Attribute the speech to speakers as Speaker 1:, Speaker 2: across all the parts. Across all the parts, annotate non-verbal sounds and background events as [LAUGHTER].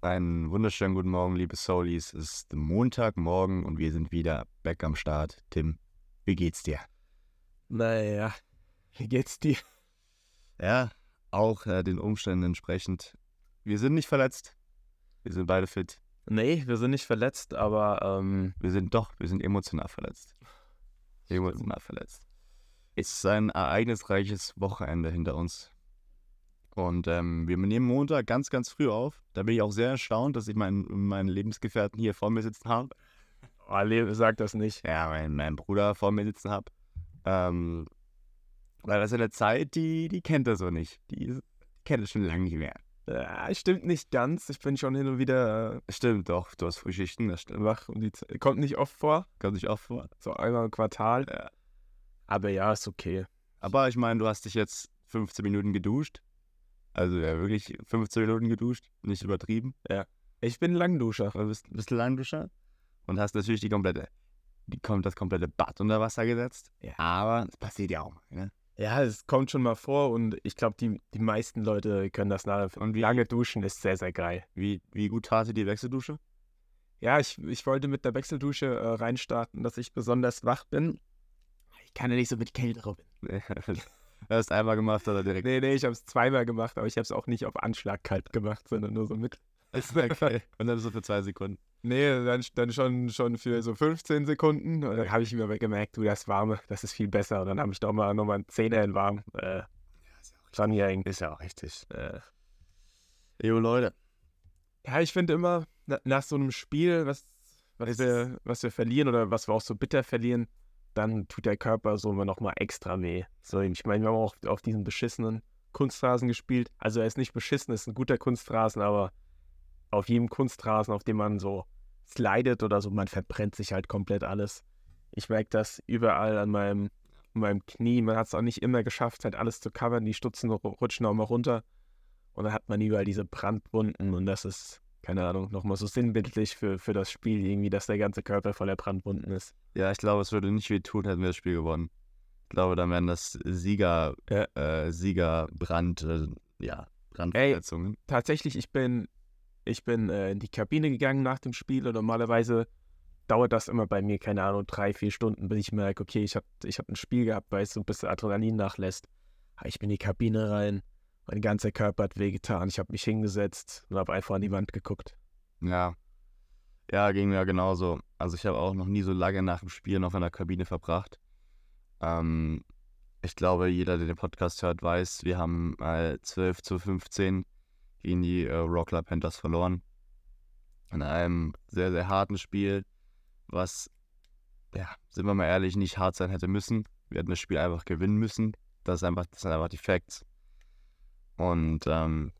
Speaker 1: Einen wunderschönen guten Morgen, liebe Soulies. Es ist Montagmorgen und wir sind wieder back am Start. Tim, wie geht's dir?
Speaker 2: Naja, wie geht's dir?
Speaker 1: Ja, auch äh, den Umständen entsprechend. Wir sind nicht verletzt. Wir sind beide fit.
Speaker 2: Nee, wir sind nicht verletzt, aber ähm,
Speaker 1: Wir sind doch, wir sind emotional verletzt. Emotional verletzt. Es ist ein ereignisreiches Wochenende hinter uns. Und ähm, wir nehmen Montag ganz, ganz früh auf. Da bin ich auch sehr erstaunt, dass ich meinen, meinen Lebensgefährten hier vor mir sitzen habe.
Speaker 2: Ali sagt das nicht.
Speaker 1: ja, mein, mein Bruder vor mir sitzen habe. Ähm, weil das ist eine Zeit, die, die kennt er so nicht. Die ist- kennt er schon lange nicht mehr.
Speaker 2: Ja, stimmt nicht ganz. Ich bin schon hin und wieder
Speaker 1: Stimmt doch, du hast Frühschichten, das
Speaker 2: äh,
Speaker 1: stimmt.
Speaker 2: wach um die Zeit. Kommt nicht oft vor,
Speaker 1: Kommt nicht oft vor.
Speaker 2: so einmal im Quartal.
Speaker 1: Ja.
Speaker 2: Aber ja, ist okay.
Speaker 1: Aber ich meine, du hast dich jetzt 15 Minuten geduscht. Also ja, wirklich 15 Minuten geduscht, nicht übertrieben.
Speaker 2: Ich bin Langduscher.
Speaker 1: Du bist ein bisschen Langduscher und hast natürlich die komplette, die, kom- das komplette Bad unter Wasser gesetzt.
Speaker 2: Ja.
Speaker 1: Aber das passiert ja auch mal. Ne?
Speaker 2: Ja, es kommt schon mal vor und ich glaube, die, die meisten Leute können das nachempfinden.
Speaker 1: Und wie-
Speaker 2: lange duschen ist sehr, sehr geil.
Speaker 1: Wie, wie gut tat dir die Wechseldusche?
Speaker 2: Ja, ich, ich wollte mit der Wechseldusche äh, reinstarten, dass ich besonders wach
Speaker 1: [LAUGHS]
Speaker 2: bin. Ich kann ja nicht so mit Kälte rum.
Speaker 1: Hast du einmal gemacht oder direkt?
Speaker 2: Nee, nee, ich habe es zweimal gemacht, aber ich habe es auch nicht auf Anschlag kalt gemacht, sondern nur so mit.
Speaker 1: Ist okay. [LAUGHS] Und dann so für zwei Sekunden.
Speaker 2: Nee, dann, dann schon, schon für so 15 Sekunden. Und dann habe ich mir aber gemerkt, du, das Warme, das ist viel besser. Und dann habe ich doch mal nochmal einen Zehner in Warm. Äh, dran gehängt.
Speaker 1: Ist ja auch richtig.
Speaker 2: Äh,
Speaker 1: Jo, Leute.
Speaker 2: ja, ich finde immer, na, nach so einem Spiel, was, was,
Speaker 1: Es
Speaker 2: wir, was wir verlieren oder was wir auch so bitter verlieren, dann tut der Körper so immer nochmal extra weh. So, ich meine, wir haben auch auf, auf diesem beschissenen Kunstrasen gespielt. Also er ist nicht beschissen, ist ein guter Kunstrasen, aber auf jedem Kunstrasen, auf dem man so slidet oder so, man verbrennt sich halt komplett alles. Ich merke das überall an meinem, an meinem Knie. Man hat es auch nicht immer geschafft, halt alles zu covern. Die Stutzen ru- rutschen auch mal runter. Und dann hat man überall diese Brandwunden und das ist, keine Ahnung, nochmal so sinnbildlich für, für das Spiel irgendwie, dass der ganze Körper voller Brandwunden ist.
Speaker 1: Ja, ich glaube, es würde nicht viel tun, hätten wir das Spiel gewonnen. Ich glaube, dann wären das Sieger,
Speaker 2: Ja.
Speaker 1: äh, Siegerbrand, äh, ja, Brandverletzungen.
Speaker 2: Tatsächlich, ich bin, ich bin äh, in die Kabine gegangen nach dem Spiel und normalerweise dauert das immer bei mir, keine Ahnung, drei, vier Stunden, bis ich merke, okay, ich habe ich hab ein Spiel gehabt, weil es so ein bisschen Adrenalin nachlässt. Aber ich bin in die Kabine rein, mein ganzer Körper hat wehgetan, ich habe mich hingesetzt und habe einfach an die Wand geguckt.
Speaker 1: Ja. Ja, ging mir genauso. Also ich habe auch noch nie so lange nach dem Spiel noch in der Kabine verbracht. Ähm, ich glaube, jeder, der den Podcast hört, weiß, wir haben äh, 12 zu 15 gegen die äh, Rockler Panthers verloren. In einem sehr, sehr harten Spiel, was, ja, sind wir mal ehrlich, nicht hart sein hätte müssen. Wir hätten das Spiel einfach gewinnen müssen. Das, ist einfach, das sind einfach die Facts. Und ähm,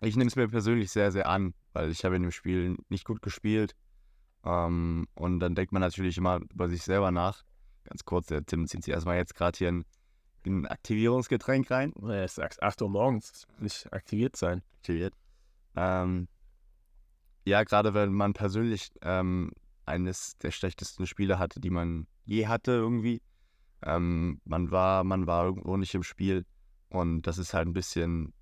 Speaker 1: ich nehme es mir persönlich sehr, sehr an, weil ich habe in dem Spiel nicht gut gespielt. Ähm, und dann denkt man natürlich immer über sich selber nach. Ganz kurz, der Tim zieht sich erstmal jetzt gerade hier ein, ein Aktivierungsgetränk rein.
Speaker 2: Und Er ist 8 Uhr morgens, nicht aktiviert sein.
Speaker 1: Aktiviert. Ähm, ja, gerade wenn man persönlich ähm, eines der schlechtesten Spiele hatte, die man je hatte irgendwie. Ähm, man war, man war irgendwo nicht im Spiel und das ist halt ein bisschen,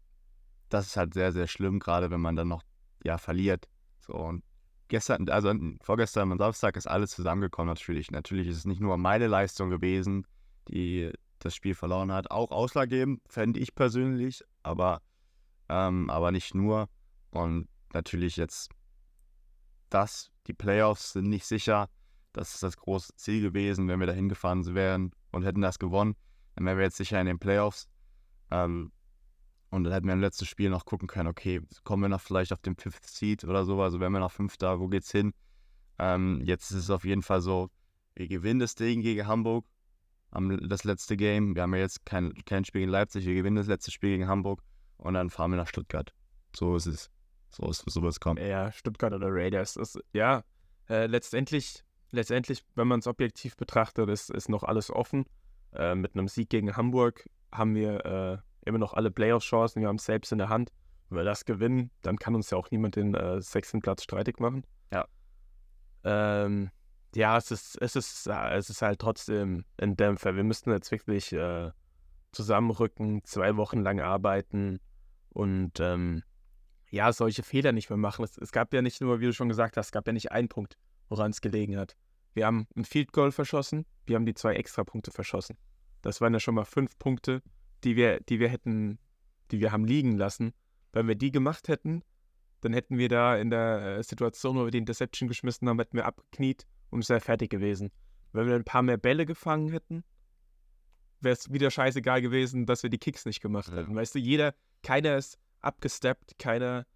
Speaker 1: das ist halt sehr, sehr schlimm, gerade wenn man dann noch ja verliert. So und gestern, also an- vorgestern am Samstag ist alles zusammengekommen natürlich. Natürlich ist es nicht nur meine Leistung gewesen, die das Spiel verloren hat. Auch ausschlaggebend, fände ich persönlich, aber, ähm, aber nicht nur. Und natürlich jetzt das, die Playoffs sind nicht sicher. Das ist das große Ziel gewesen, wenn wir da hingefahren wären und hätten das gewonnen, dann wären wir jetzt sicher in den Playoffs. Ähm, und dann hätten wir im letzten Spiel noch gucken können, okay, kommen wir noch vielleicht auf den Fifth Seed oder so, also wären wir noch Fünfter, wo geht's hin? Ähm, jetzt ist es auf jeden Fall so, wir gewinnen das Ding gegen Hamburg, am, das letzte Game. Wir haben ja jetzt kein, kein Spiel gegen Leipzig, wir gewinnen das letzte Spiel gegen Hamburg und dann fahren wir nach Stuttgart. So ist es. So ist so wird's kommen.
Speaker 2: Ja, Stuttgart oder Raiders. Das, ja, äh, letztendlich, letztendlich, wenn man es objektiv betrachtet, ist, ist noch alles offen. Äh, mit einem Sieg gegen Hamburg haben wir äh, immer noch alle Playoff-Chancen. Wir haben es selbst in der Hand. Wenn wir das gewinnen, dann kann uns ja auch niemand den äh, sechsten Platz streitig machen.
Speaker 1: Ja.
Speaker 2: Ähm, ja, es ist, es, ist, äh, es ist halt trotzdem ein Dämpfer. Wir müssten jetzt wirklich äh, zusammenrücken, zwei Wochen lang arbeiten und ähm, ja, solche Fehler nicht mehr machen. Es, es gab ja nicht nur, wie du schon gesagt hast, es gab ja nicht einen Punkt, woran es gelegen hat. Wir haben ein Field Goal verschossen, wir haben die zwei Extrapunkte verschossen. Das waren ja schon mal fünf Punkte, die wir, die wir hätten, die wir haben liegen lassen. Wenn wir die gemacht hätten, dann hätten wir da in der äh, Situation, wo wir die Interception geschmissen haben, hätten wir abgekniet und es wäre fertig gewesen. Wenn wir ein paar mehr Bälle gefangen hätten, wäre es wieder scheißegal gewesen, dass wir die Kicks nicht gemacht
Speaker 1: Ja.
Speaker 2: hätten. Weißt du, jeder, keiner ist abgesteppt, keiner,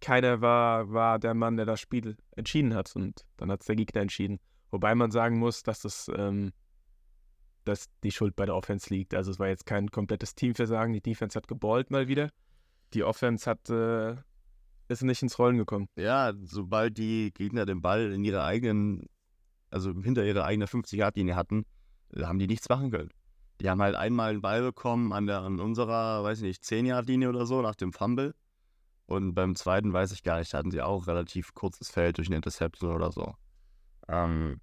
Speaker 2: keiner war, war der Mann, der das Spiel entschieden hat und dann hat es der Gegner entschieden. Wobei man sagen muss, dass das, ähm, dass die Schuld bei der Offense liegt. Also es war jetzt kein komplettes Teamversagen. Die Defense hat geballt mal wieder. Die Offense hat äh, ist nicht ins Rollen gekommen.
Speaker 1: Ja, sobald die Gegner den Ball in ihrer eigenen, also hinter ihrer eigenen 50-Yard-Linie hatten, äh, haben die nichts machen können. Die haben halt einmal einen Ball bekommen an, der, an unserer, weiß ich nicht, 10-Yard-Linie oder so, nach dem Fumble. Und beim zweiten weiß ich gar nicht, da hatten sie auch relativ kurzes Feld durch eine Interception oder so. Ähm,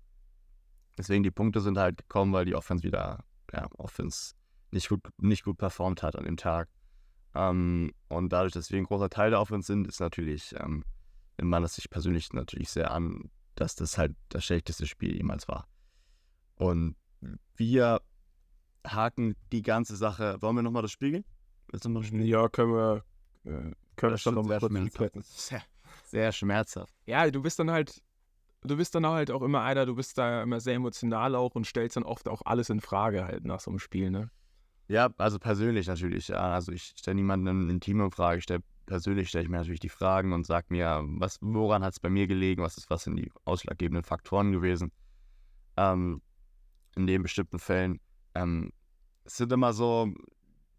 Speaker 1: deswegen die Punkte sind halt gekommen, weil die Offense wieder, ja, Offense nicht gut, nicht gut performt hat an dem Tag. Ähm, und dadurch, dass wir ein großer Teil der Offense sind, ist natürlich ähm, nimmt man das sich persönlich natürlich sehr an, dass das halt das schlechteste Spiel jemals war. Und wir haken die ganze Sache. Wollen wir nochmal das Spiel gehen? Willst du noch mal spielen?
Speaker 2: Ja, können wir, äh, können wir
Speaker 1: Das
Speaker 2: schon
Speaker 1: wird
Speaker 2: noch
Speaker 1: sehr
Speaker 2: mal kurz
Speaker 1: schmerzhaft.
Speaker 2: rückblicken.
Speaker 1: Das ist Sehr, sehr schmerzhaft.
Speaker 2: Ja, du bist dann halt, du bist dann halt auch immer einer, du bist da immer sehr emotional auch und stellst dann oft auch alles in Frage halt nach so einem Spiel, ne?
Speaker 1: Ja, also persönlich natürlich. Ja. Also ich stelle niemanden im Team in Frage. Ich stell, persönlich stelle ich mir natürlich die Fragen und sage mir, was, woran hat es bei mir gelegen? Was ist, was sind die ausschlaggebenden Faktoren gewesen? Ähm, in den bestimmten Fällen. Ähm, es sind immer so,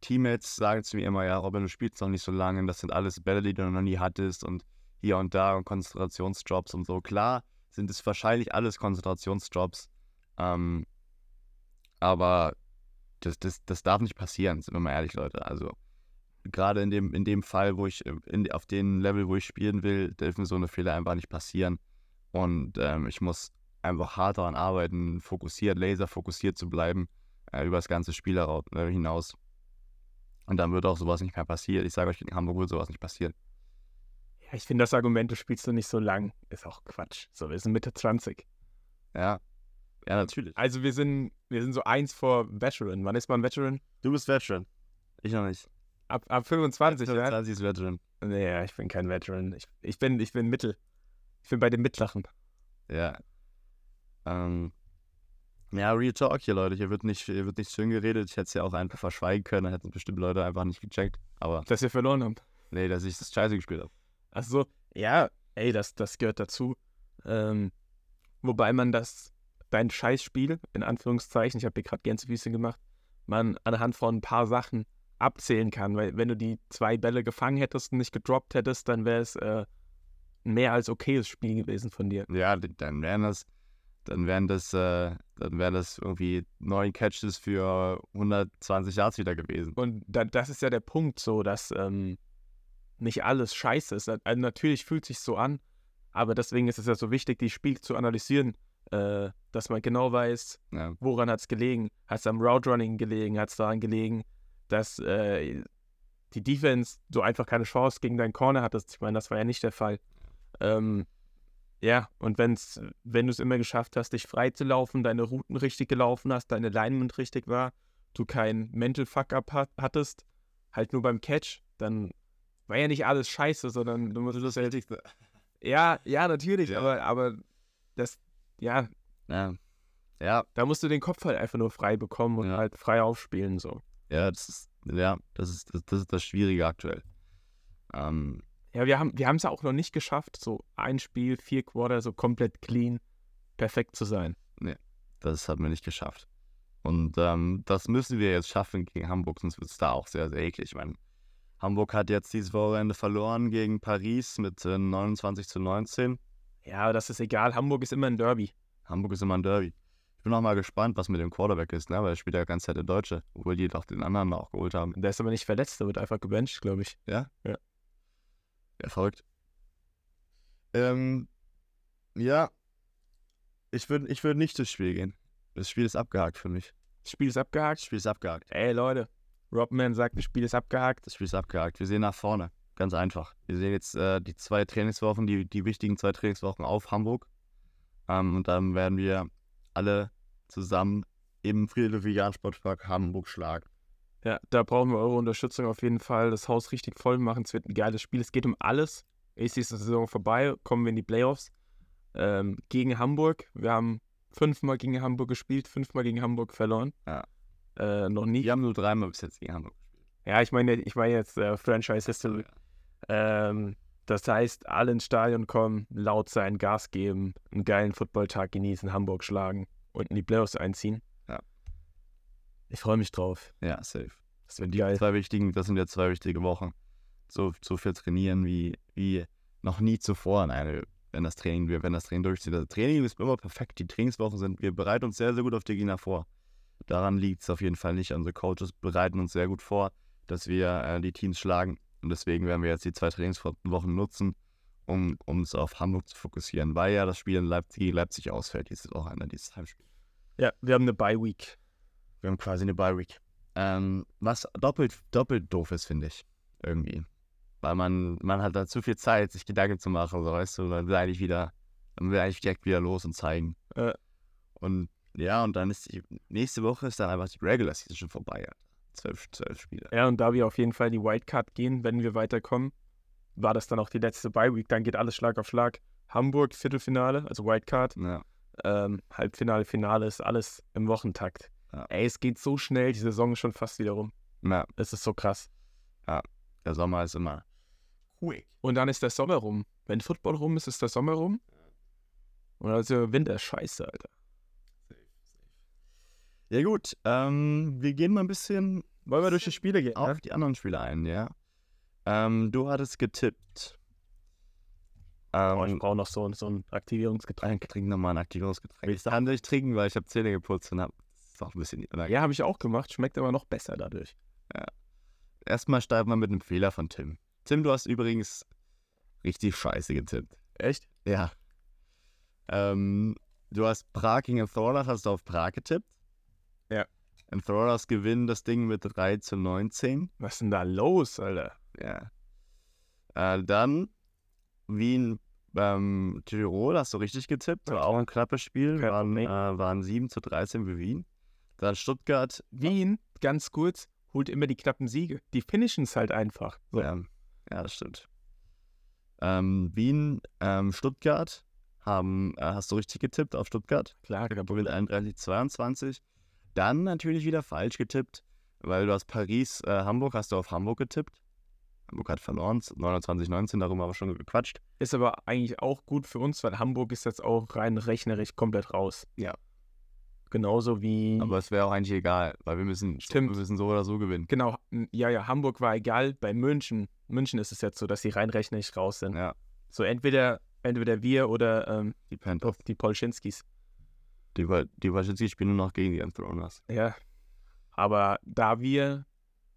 Speaker 1: Teammates sagen zu mir immer, ja, Robin, du spielst noch nicht so lange, das sind alles Bälle, die du noch nie hattest und hier und da und Konzentrationsjobs und so. Klar sind es wahrscheinlich alles Konzentrationsjobs, ähm, aber das, das, das darf nicht passieren, sind wir mal ehrlich, Leute. Also gerade in dem, in dem Fall, wo ich äh, in, auf dem Level, wo ich spielen will, dürfen so eine Fehler einfach nicht passieren. Und ähm, ich muss einfach hart daran arbeiten, fokussiert, laserfokussiert zu bleiben, äh, über das ganze Spiel hera- äh, hinaus. Und dann wird auch sowas nicht mehr passieren. Ich sage euch, in Hamburg wird sowas nicht passieren.
Speaker 2: Ja, ich finde das Argument, du spielst du nicht so lang, ist auch Quatsch. So, wir sind Mitte 20.
Speaker 1: Ja. Ja, natürlich.
Speaker 2: Also wir sind, wir sind so eins vor Veteran. Wann ist man Veteran?
Speaker 1: Du bist Veteran. Ich noch nicht.
Speaker 2: Ab, ab 25, ja?
Speaker 1: 25 ist Veteran.
Speaker 2: Nee, ja, ich bin kein Veteran. Ich, ich, bin, ich bin Mittel. Ich bin bei den Mittleren. [LAUGHS]
Speaker 1: Ja. Ähm, ja, Real Talk hier, Leute. Hier wird nicht, hier wird nicht schön geredet. Ich hätte es ja auch einfach verschweigen können. Dann hätten es bestimmt Leute einfach nicht gecheckt. Aber
Speaker 2: Dass wir verloren haben.
Speaker 1: nee, dass ich das Scheiße gespielt habe.
Speaker 2: Ach so, ja, ey, das, das gehört dazu. Ähm, wobei man das, dein Scheißspiel, in Anführungszeichen, ich habe hier gerade Gänsefüße gemacht, man anhand von ein paar Sachen abzählen kann. Weil wenn du die zwei Bälle gefangen hättest und nicht gedroppt hättest, dann wäre es äh, ein mehr als okayes Spiel gewesen von dir.
Speaker 1: Ja, d- dann wären das, dann wären das, äh, dann wären das irgendwie neun Catches für 120 Yards wieder gewesen.
Speaker 2: Und da, das ist ja der Punkt so, dass ähm, nicht alles scheiße ist. Also natürlich fühlt sich so an, aber deswegen ist es ja so wichtig, die Spiel zu analysieren, äh, dass man genau weiß,
Speaker 1: Ja.
Speaker 2: woran hat es gelegen? Hat es am Route Running gelegen? Hat es daran gelegen, dass äh, die Defense so einfach keine Chance gegen deinen Corner hattest? Ich meine, das war ja nicht der Fall. Ähm, ja, und wenn's, wenn du es immer geschafft hast, dich frei zu laufen, deine Routen richtig gelaufen hast, deine Alignment richtig war, du kein Mental Fuck-Up hat, hattest, halt nur beim Catch, dann war ja nicht alles scheiße, sondern du musst das
Speaker 1: Wichtigste.
Speaker 2: Ja, ja, natürlich,
Speaker 1: Ja.
Speaker 2: aber, aber das, ja,
Speaker 1: Ja. Ja,
Speaker 2: da musst du den Kopf halt einfach nur frei bekommen und
Speaker 1: Ja.
Speaker 2: halt frei aufspielen. So.
Speaker 1: ja, das ist, ja, das ist, das, das ist das Schwierige aktuell. Ähm,
Speaker 2: Ja, wir haben wir es ja auch noch nicht geschafft, so ein Spiel, vier Quarter, so komplett clean, perfekt zu sein.
Speaker 1: das haben wir nicht geschafft. Und ähm, das müssen wir jetzt schaffen gegen Hamburg, sonst wird es da auch sehr, sehr eklig. Ich meine, Hamburg hat jetzt dieses Wochenende verloren gegen Paris mit äh, 29 zu 19.
Speaker 2: Ja, aber das ist egal. Hamburg ist immer ein Derby.
Speaker 1: Hamburg ist immer ein Derby. Ich bin auch mal gespannt, was mit dem Quarterback ist, ne? weil er spielt ja ganz Zeit der Deutsche, obwohl die doch den anderen auch geholt haben.
Speaker 2: Der ist aber nicht verletzt, der wird einfach gebencht, glaube ich.
Speaker 1: Ja, verrückt. Ähm, ja, ich würde ich würd nicht das Spiel gehen. Das Spiel ist abgehakt für mich.
Speaker 2: Das Spiel ist
Speaker 1: Das
Speaker 2: abgehakt.
Speaker 1: Spiel ist abgehakt.
Speaker 2: Ey, Leute, Robman sagt, das Spiel ist abgehakt.
Speaker 1: Das Spiel ist abgehakt. Wir sehen nach vorne. Ganz einfach. Wir sehen jetzt äh, die zwei Trainingswochen, die, die wichtigen zwei Trainingswochen auf Hamburg. Ähm, und dann werden wir alle zusammen im Friedrich-Jahn-Sportpark Hamburg schlagen.
Speaker 2: Ja, da brauchen wir eure Unterstützung auf jeden Fall. Das Haus richtig voll machen. Es wird ein geiles Spiel. Es geht um alles. AC ist die Saison vorbei, kommen wir in die Playoffs ähm, gegen Hamburg. Wir haben fünfmal gegen Hamburg gespielt, fünfmal gegen Hamburg verloren.
Speaker 1: Ja.
Speaker 2: Äh, noch nie.
Speaker 1: Wir haben nur dreimal bis jetzt gegen Hamburg gespielt.
Speaker 2: Ja, ich meine, ich meine jetzt äh, Franchise History. Ähm, das heißt, alle ins Stadion kommen, laut sein, Gas geben, einen geilen Footballtag genießen, Hamburg schlagen und in die Playoffs einziehen.
Speaker 1: Ja.
Speaker 2: Ich freue mich drauf.
Speaker 1: Ja, safe.
Speaker 2: Das wird geil.
Speaker 1: Zwei wichtigen, das sind ja zwei wichtige Wochen. So, so viel trainieren wie, wie noch nie zuvor in einer, wenn das Training, wir- wenn das Training durchzieht. Das Training ist immer perfekt. Die Trainingswochen sind, wir bereiten uns sehr, sehr gut auf die Gegner vor. Daran liegt es auf jeden Fall nicht. Unsere Coaches bereiten uns sehr gut vor, dass wir äh, die Teams schlagen. Und deswegen werden wir jetzt die zwei Trainingswochen nutzen, um uns auf Hamburg zu fokussieren, weil ja das Spiel in Leipzig, gegen Leipzig ausfällt. Jetzt ist auch einer dieses Heimspiel.
Speaker 2: Ja, wir haben eine Bye Week.
Speaker 1: Wir haben quasi eine Bye Week. Ähm, was doppelt, doppelt doof ist, finde ich. Irgendwie. Weil man, man hat da zu viel Zeit, sich Gedanken zu machen, so weißt du, dann will eigentlich wieder, dann will eigentlich direkt wieder los und zeigen.
Speaker 2: Ja.
Speaker 1: Und ja, und dann ist die nächste Woche ist dann einfach die Regular Season schon vorbei. Alter. Zwölf, zwölf Spiele.
Speaker 2: Ja, und da wir auf jeden Fall die Wildcard gehen, wenn wir weiterkommen, war das dann auch die letzte Bye Week. Dann geht alles Schlag auf Schlag. Hamburg Viertelfinale, also Wildcard.
Speaker 1: Ja.
Speaker 2: ähm, Halbfinale, Finale ist alles im Wochentakt.
Speaker 1: Ja.
Speaker 2: Ey, es geht so schnell, die Saison ist schon fast wieder rum.
Speaker 1: ja,
Speaker 2: Es ist so krass.
Speaker 1: der Sommer ist immer.
Speaker 2: Quick. Und dann ist der Sommer rum. Wenn Football rum ist, ist der Sommer rum. Und dann ist der Winter scheiße, Alter.
Speaker 1: Ja, gut, ähm, wir gehen mal ein bisschen
Speaker 2: Wollen wir durch die Spiele gehen? ne?
Speaker 1: auf die anderen Spiele ein, ja. Ähm, du hattest getippt. Ähm,
Speaker 2: Oh, ich brauche noch so, so ein Aktivierungsgetränk.
Speaker 1: Trink, trink nochmal ein Aktivierungsgetränk. Ich kann nicht trinken, weil ich habe Zähne geputzt und habe ist auch ein bisschen. Ja.
Speaker 2: Ja, habe ich auch gemacht. Schmeckt aber noch besser dadurch.
Speaker 1: Erstmal starten wir mit einem Fehler von Tim. Tim, du hast übrigens richtig scheiße getippt.
Speaker 2: Echt?
Speaker 1: Ja. Ähm, du hast Prag gegen Thornach, hast du auf Prag getippt.
Speaker 2: Ja.
Speaker 1: Und Thornachs gewinnen das Ding mit 3 zu 19.
Speaker 2: Was ist denn da los, Alter?
Speaker 1: Ja. Äh, dann Wien, ähm, Tirol hast du richtig getippt. War auch ein knappes Spiel.
Speaker 2: Ja,
Speaker 1: Waren,
Speaker 2: nee.
Speaker 1: äh, waren 7 zu 13 für Wien. Dann Stuttgart
Speaker 2: Wien, ganz kurz, holt immer die knappen Siege. Die finishen es halt einfach. So.
Speaker 1: Ja, ja das stimmt. Ähm, Wien, ähm, Stuttgart haben, äh, hast du richtig getippt auf Stuttgart?
Speaker 2: Klar,
Speaker 1: Gewinnt 31, 22. Dann natürlich wieder falsch getippt, weil du hast Paris, äh, Hamburg, hast du auf Hamburg getippt. Hamburg hat verloren, 29, 19, darüber haben wir schon gequatscht.
Speaker 2: Ist aber eigentlich auch gut für uns, weil Hamburg ist jetzt auch rein rechnerisch komplett raus.
Speaker 1: Ja.
Speaker 2: Genauso wie.
Speaker 1: Aber es wäre auch eigentlich egal, weil wir müssen,
Speaker 2: Mhm. Stimmt.
Speaker 1: wir müssen so oder so gewinnen.
Speaker 2: genau, m, ja, ja, Hamburg war egal. Bei München, München ist es jetzt so, dass sie rein rechnerisch raus sind.
Speaker 1: Ja.
Speaker 2: So entweder, entweder wir oder ähm,
Speaker 1: Die Panthers.
Speaker 2: die Polschinskis.
Speaker 1: Die, Wa- die Waschinski spielen nur noch gegen die Enthroners.
Speaker 2: Ja. Aber da wir,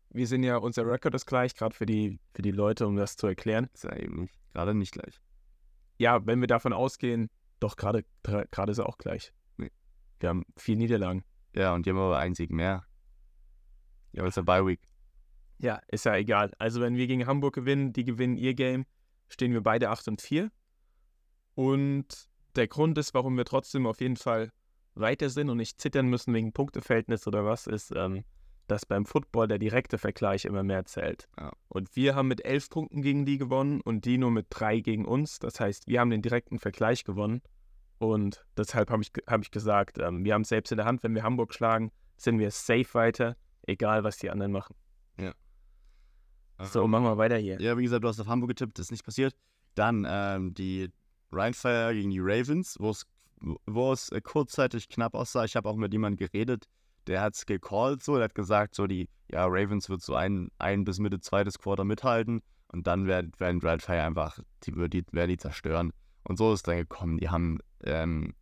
Speaker 2: wir sind ja, unser Rekord ist gleich, gerade für die, für die Leute, um das zu erklären.
Speaker 1: Ist ja eben nicht. Gerade nicht gleich.
Speaker 2: Ja, wenn wir davon ausgehen, doch gerade gerade ist er auch gleich.
Speaker 1: Nee.
Speaker 2: Wir haben vier Niederlagen.
Speaker 1: Ja, und die haben aber einen Sieg mehr. Ja, aber es ist eine Bye-Week.
Speaker 2: Ja, ist ja egal. Also wenn wir gegen Hamburg gewinnen, die gewinnen ihr Game, stehen wir beide 8 und 4. Und der Grund ist, warum wir trotzdem auf jeden Fall weiter sind und nicht zittern müssen wegen Punkteverhältnis oder was, ist, ähm, dass beim Football der direkte Vergleich immer mehr zählt.
Speaker 1: Ja.
Speaker 2: Und wir haben mit elf Punkten gegen die gewonnen und die nur mit drei gegen uns. Das heißt, wir haben den direkten Vergleich gewonnen. Und deshalb habe ich, ge- hab ich gesagt, ähm, wir haben es selbst in der Hand. Wenn wir Hamburg schlagen, sind wir safe weiter, egal was die anderen machen. So, machen wir weiter hier.
Speaker 1: Ja, wie gesagt, du hast auf Hamburg getippt, das ist nicht passiert. Dann ähm, die Rheinfire gegen die Ravens, wo es wo es äh, kurzzeitig knapp aussah. Ich habe auch mit jemandem geredet, der hat es gecallt, so, der hat gesagt, so die, ja, Ravens wird so ein, ein bis Mitte zweites Quarter mithalten und dann werden, werden die Rheinfire einfach, die, wird die werden die zerstören. Und so ist es dann gekommen. Die haben ähm,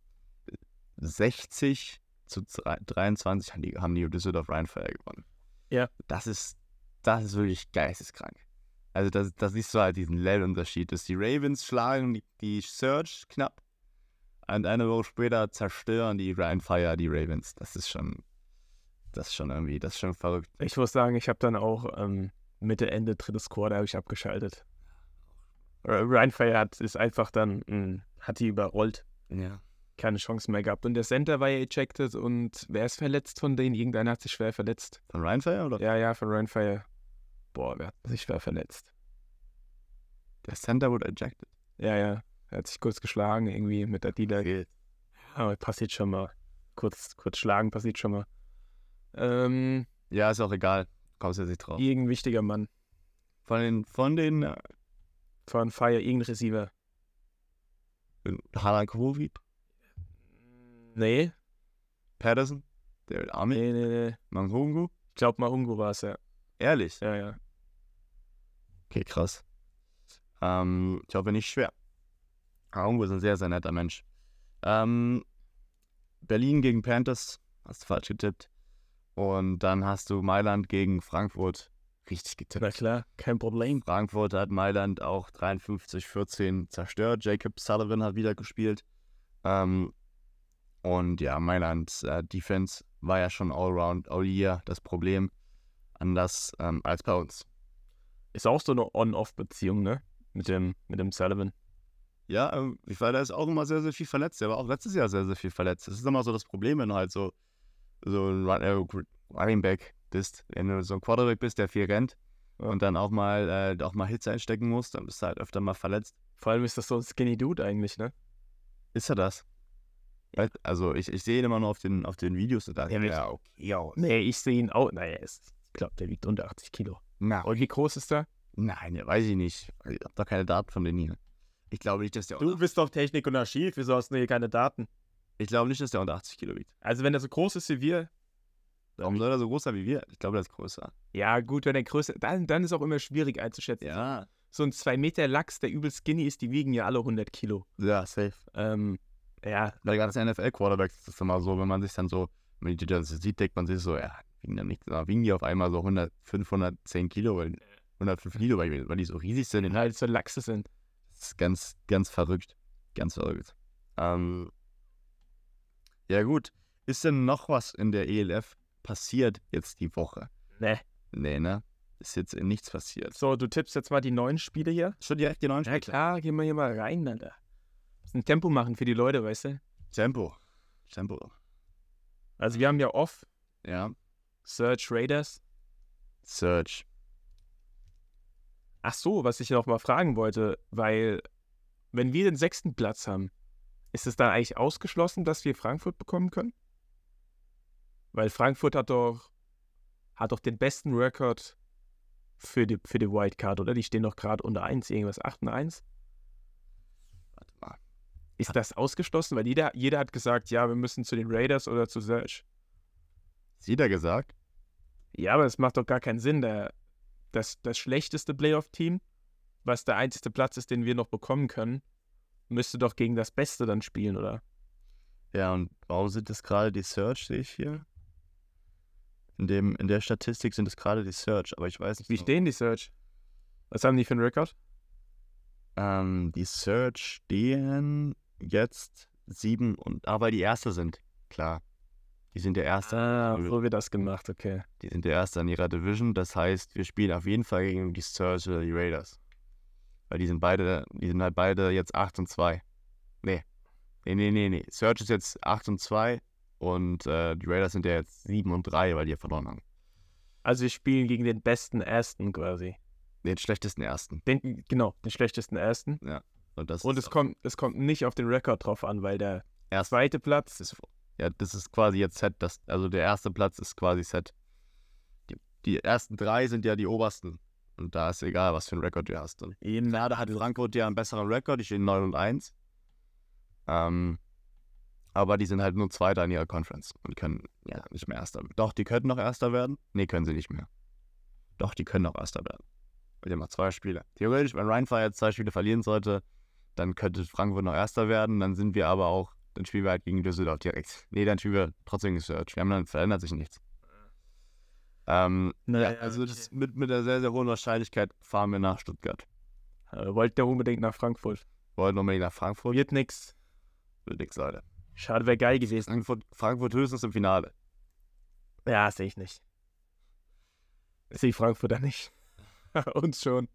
Speaker 1: 60 zu drei- 23 haben die, haben die Düsseldorf Rheinfire gewonnen.
Speaker 2: Ja.
Speaker 1: Das ist, das ist wirklich geisteskrank. Also da das da siehst du halt diesen Levelunterschied, dass die Ravens schlagen die, die Surge knapp und eine Woche später zerstören die Ryan Fire die Ravens. Das ist schon, das ist schon irgendwie, das ist schon verrückt.
Speaker 2: Ich muss sagen, ich habe dann auch ähm, Mitte, Ende, drittes Quarter habe ich abgeschaltet. Rheinfire hat ist einfach dann, mh, hat die überrollt.
Speaker 1: Ja.
Speaker 2: Keine Chance mehr gehabt. Und der Center war ja ejected und wer ist verletzt von denen? Irgendeiner hat sich schwer verletzt.
Speaker 1: Von Rheinfire oder?
Speaker 2: Ja, ja, von Rheinfire. Boah, wer hat sich schwer verletzt?
Speaker 1: Der Center wurde ejected.
Speaker 2: Ja, ja. Er hat sich kurz geschlagen, irgendwie mit der Dealer.
Speaker 1: Okay.
Speaker 2: Aber passiert schon mal. Kurz, kurz schlagen passiert schon mal. Ähm,
Speaker 1: Ja, ist auch egal. Kommst jetzt nicht drauf.
Speaker 2: irgendein wichtiger Mann.
Speaker 1: Von den, von den äh,
Speaker 2: Von Fire, irgendein Receiver.
Speaker 1: Hanakovic,
Speaker 2: Nee,
Speaker 1: Patterson, David Army,
Speaker 2: nee, nee, nee.
Speaker 1: Mangungu.
Speaker 2: Ich glaube, Mahungu war es, ja.
Speaker 1: Ehrlich.
Speaker 2: Ja, ja.
Speaker 1: Okay, krass. Ähm, ich hoffe nicht schwer. Mangungu ist ein sehr, sehr netter Mensch. Ähm, Berlin gegen Panthers, hast du falsch getippt. Und dann hast du Mailand gegen Frankfurt richtig getippt.
Speaker 2: Na klar, kein Problem.
Speaker 1: Frankfurt hat Mailand auch 53-14 zerstört. Jacob Sullivan hat wieder gespielt. Ähm, und ja, Mailands äh, Defense war ja schon allround, all year das Problem. Anders ähm, als bei uns.
Speaker 2: Ist auch so eine On-Off-Beziehung, ne? Mit dem, mit dem Sullivan.
Speaker 1: Ja, ähm, ich war da ist auch immer sehr, sehr viel verletzt. Er war auch letztes Jahr sehr, sehr viel verletzt. Das ist immer so das Problem, wenn du halt so, so ein Run, äh, Running Back bist. Wenn du so ein Quarterback bist, der viel rennt
Speaker 2: Ja.
Speaker 1: und dann auch mal, äh, auch mal Hits einstecken musst, dann bist du halt öfter mal verletzt.
Speaker 2: Vor allem ist das so ein Skinny Dude eigentlich, ne?
Speaker 1: Ist er das? Weil- Also ich, ich sehe ihn immer nur auf den, auf den Videos. Und da
Speaker 2: Ja, mit-
Speaker 1: okay. Ja.
Speaker 2: Nee, ich sehe ihn auch. Naja, es- ich glaube, der wiegt unter 80 Kilo.
Speaker 1: Na,
Speaker 2: Und wie groß ist der?
Speaker 1: nein, ja, weiß ich nicht. Ich habe da keine Daten von denen hier. Ich glaube nicht, dass der unter,
Speaker 2: bist doch Technik und Archiv, wieso hast du hier keine Daten?
Speaker 1: ich glaube nicht, dass der unter 80 Kilo wiegt.
Speaker 2: Also wenn er so groß ist wie wir,
Speaker 1: Warum soll er so groß sein wie wir? Ich glaube, der ist größer.
Speaker 2: ja gut, wenn er größer, dann, dann ist auch immer schwierig einzuschätzen.
Speaker 1: Ja.
Speaker 2: So ein 2 Meter Lachs, der übel skinny ist, die wiegen ja alle 100 Kilo.
Speaker 1: Ja, safe.
Speaker 2: Ähm, ja,
Speaker 1: Bei ganzen NFL-Quarterbacks ist es immer so, wenn man sich dann so, wenn man die dann so sieht, denkt man sich so, ja, wiegen, dann nicht, sondern wiegen die auf einmal so 100, 510 Kilo, weil- 105 Kilo, weil weil die so riesig sind.
Speaker 2: wenn halt so Lachse sind.
Speaker 1: Das ist ganz, ganz verrückt. Ganz verrückt. Ähm, ja, gut. Ist denn noch was in der ELF passiert jetzt die Woche?
Speaker 2: Ne.
Speaker 1: Nee, ne? Ist jetzt nichts passiert.
Speaker 2: So, du tippst jetzt mal die neuen Spiele hier.
Speaker 1: Schon direkt die neuen
Speaker 2: Ja klar, gehen wir hier mal rein, Alter. Ein Tempo machen für die Leute, weißt du?
Speaker 1: Tempo. Tempo.
Speaker 2: Also wir haben ja off
Speaker 1: Ja.
Speaker 2: Surge Raiders.
Speaker 1: Search.
Speaker 2: Ach so, was ich noch mal fragen wollte, weil wenn wir den sechsten Platz haben, ist es dann eigentlich ausgeschlossen, dass wir Frankfurt bekommen können? Weil Frankfurt hat doch, hat doch den besten Rekord für die, für die Wildcard, oder? Die stehen doch gerade unter 1, irgendwas 8 und 1.
Speaker 1: Warte mal.
Speaker 2: Ist das ausgeschlossen? Weil jeder, jeder hat gesagt, ja, wir müssen zu den Raiders oder zu Surge.
Speaker 1: Ist jeder gesagt?
Speaker 2: Ja, aber es macht doch gar keinen Sinn. Der, das, das schlechteste Playoff-Team, was der einzige Platz ist, den wir noch bekommen können, müsste doch gegen das Beste dann spielen, oder?
Speaker 1: Ja, und warum sind es gerade die Search, sehe ich hier? In, dem, in der Statistik sind es gerade die Search, aber ich weiß nicht.
Speaker 2: Wie
Speaker 1: genau.
Speaker 2: stehen die Search? Was haben die für einen Rekord?
Speaker 1: Ähm, die Search stehen jetzt sieben und aber die erste sind, klar. Die sind der erste,
Speaker 2: Ah, so wird das gemacht, okay.
Speaker 1: die sind der erste an ihrer Division. Das heißt, wir spielen auf jeden Fall gegen die Search oder die Raiders. Weil die sind beide, die sind halt beide jetzt 8 und 2. Nee. Nee, nee, nee, nee. Search ist jetzt 8 und 2 und äh, die Raiders sind ja jetzt 7 und 3, weil die ja verloren haben.
Speaker 2: Also wir spielen gegen den besten Ersten quasi.
Speaker 1: Den schlechtesten ersten.
Speaker 2: Den, genau, den schlechtesten Ersten.
Speaker 1: Und das
Speaker 2: Und
Speaker 1: ist
Speaker 2: es kommt, es kommt nicht auf den Rekord drauf an, weil der
Speaker 1: erst
Speaker 2: zweite Platz ist.
Speaker 1: Ja, das ist quasi jetzt Set. Das, also der erste Platz ist quasi Set. Die, die ersten drei sind ja die obersten. Und da ist egal, was für einen Rekord du hast. Und na, da hat Frankfurt ja einen besseren Rekord. Die stehen 9 und 1. Ähm, aber die sind halt nur Zweiter in ihrer Conference und können ja nicht mehr Erster. Doch, die könnten noch Erster werden. Nee, können sie nicht mehr. Doch, die können noch Erster werden. Weil die haben noch zwei Spiele. Theoretisch, wenn Rheinfire jetzt zwei Spiele verlieren sollte, dann könnte Frankfurt noch Erster werden, dann sind wir aber auch, dann spielen wir halt gegen Düsseldorf direkt. Nee, dann spielen wir trotzdem gesearched. Wir haben dann verändert sich nichts. Ähm, ja, also das mit, mit einer sehr, sehr hohen Wahrscheinlichkeit fahren wir nach Stuttgart.
Speaker 2: Äh, Wollt ihr unbedingt nach Frankfurt?
Speaker 1: Wollen nochmal nach Frankfurt?
Speaker 2: Wird nix.
Speaker 1: Wird nix, Leute.
Speaker 2: Schade, wäre geil gewesen.
Speaker 1: Frankfurt, Frankfurt höchstens im Finale.
Speaker 2: Ja, sehe ich nicht. [LAUGHS] Sehe ich Frankfurt da nicht. Uns schon.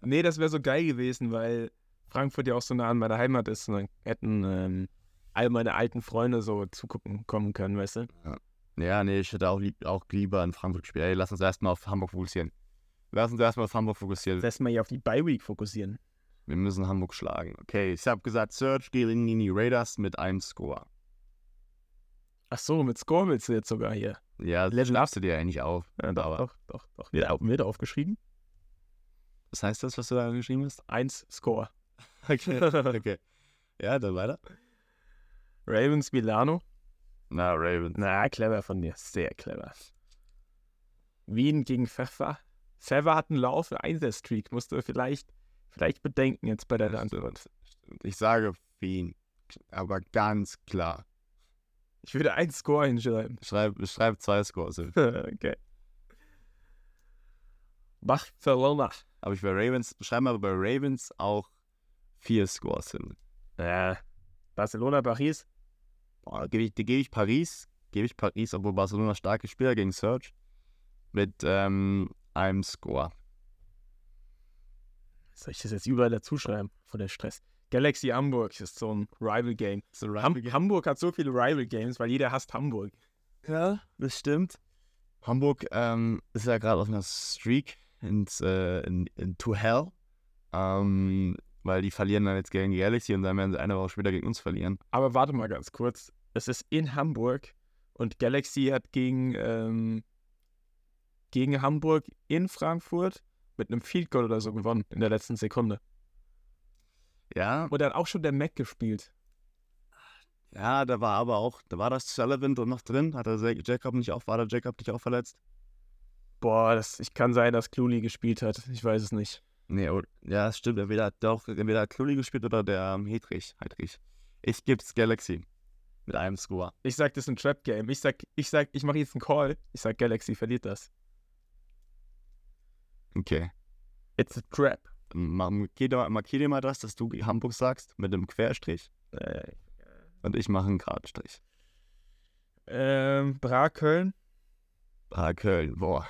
Speaker 2: Nee, das wäre so geil gewesen, weil Frankfurt ja auch so nah an meiner Heimat ist und dann hätten ähm, all meine alten Freunde so zugucken kommen können, weißt du?
Speaker 1: Ja, nee, ich hätte auch, lieb, auch lieber in Frankfurt gespielt. Ey, lass uns erstmal auf Hamburg fokussieren. Lass uns erstmal auf Hamburg fokussieren.
Speaker 2: Lass mal hier auf die Bi-Week fokussieren.
Speaker 1: Wir müssen Hamburg schlagen. Okay, ich habe gesagt, Search gegen die Raiders mit einem Score.
Speaker 2: Ach so, mit Score willst du jetzt sogar hier.
Speaker 1: Ja, das schlafst du dir eigentlich auf.
Speaker 2: Ja, doch,
Speaker 1: Aber-
Speaker 2: doch, doch, doch. Wird, auf- wird aufgeschrieben?
Speaker 1: Was heißt das, was du da geschrieben hast?
Speaker 2: Eins Score.
Speaker 1: [LAUGHS] Okay. okay. Ja, dann weiter.
Speaker 2: Ravens Milano.
Speaker 1: Na, Raven.
Speaker 2: Na, clever von dir. Sehr clever. Wien gegen Pfeffer. Pfeffer hat einen Lauf, einen Einsatzstreak. Musst du vielleicht, vielleicht bedenken jetzt bei deiner Antwort.
Speaker 1: Ich sage Fien. Aber ganz klar.
Speaker 2: Ich würde einen Score hinschreiben.
Speaker 1: Schreib, schreib zwei Scores. hin.
Speaker 2: [LAUGHS] okay. Barcelona.
Speaker 1: Aber ich bei Ravens, schreib mal bei Ravens auch vier Scores hin.
Speaker 2: Ja. Äh, Barcelona, Paris.
Speaker 1: Boah, gebe ich, gebe ich Paris, gebe ich Paris, obwohl Barcelona starke Spieler gegen Surge, mit ähm, einem Score.
Speaker 2: Soll ich das jetzt überall dazu schreiben? Von der Stress. Galaxy Hamburg ist so ein Rival-Game. Ham Hamburg hat so viele Rival-Games, weil jeder hasst Hamburg.
Speaker 1: Ja, das stimmt. Hamburg ähm, ist ja gerade auf einer Streak ins, äh, in, in to hell. Ähm, weil die verlieren dann jetzt gegen die Galaxy und dann werden sie eine Woche später gegen uns verlieren.
Speaker 2: Aber warte mal ganz kurz. Es ist in Hamburg und Galaxy hat gegen, ähm, gegen Hamburg in Frankfurt mit einem Field Goal oder so gewonnen in der letzten Sekunde.
Speaker 1: Ja,
Speaker 2: Und dann auch schon der Mac gespielt.
Speaker 1: ja, da war aber auch, da war das Sullivan doch noch drin. Hat er Jacob nicht auch, war der Jacob nicht auch verletzt?
Speaker 2: Boah, das, ich kann sein, dass Clooney gespielt hat. Ich weiß es nicht.
Speaker 1: Nee, oder, ja, das stimmt. Entweder hat doch, entweder hat Cluny gespielt oder der ähm, Hedrich. Hedrich. Ich geb's Galaxy. Mit einem Score.
Speaker 2: Ich sag, das ist ein Trap-Game. Ich sag, ich sag, ich mache jetzt einen Call. Ich sag, Galaxy verliert das.
Speaker 1: Okay.
Speaker 2: It's a trap.
Speaker 1: Ma- Markier dir, markier dir mal das, dass du Hamburg sagst, mit einem Querstrich.
Speaker 2: Äh,
Speaker 1: Und ich mache einen Gradstrich.
Speaker 2: Ähm, Bra Köln.
Speaker 1: Ah, Köln, boah.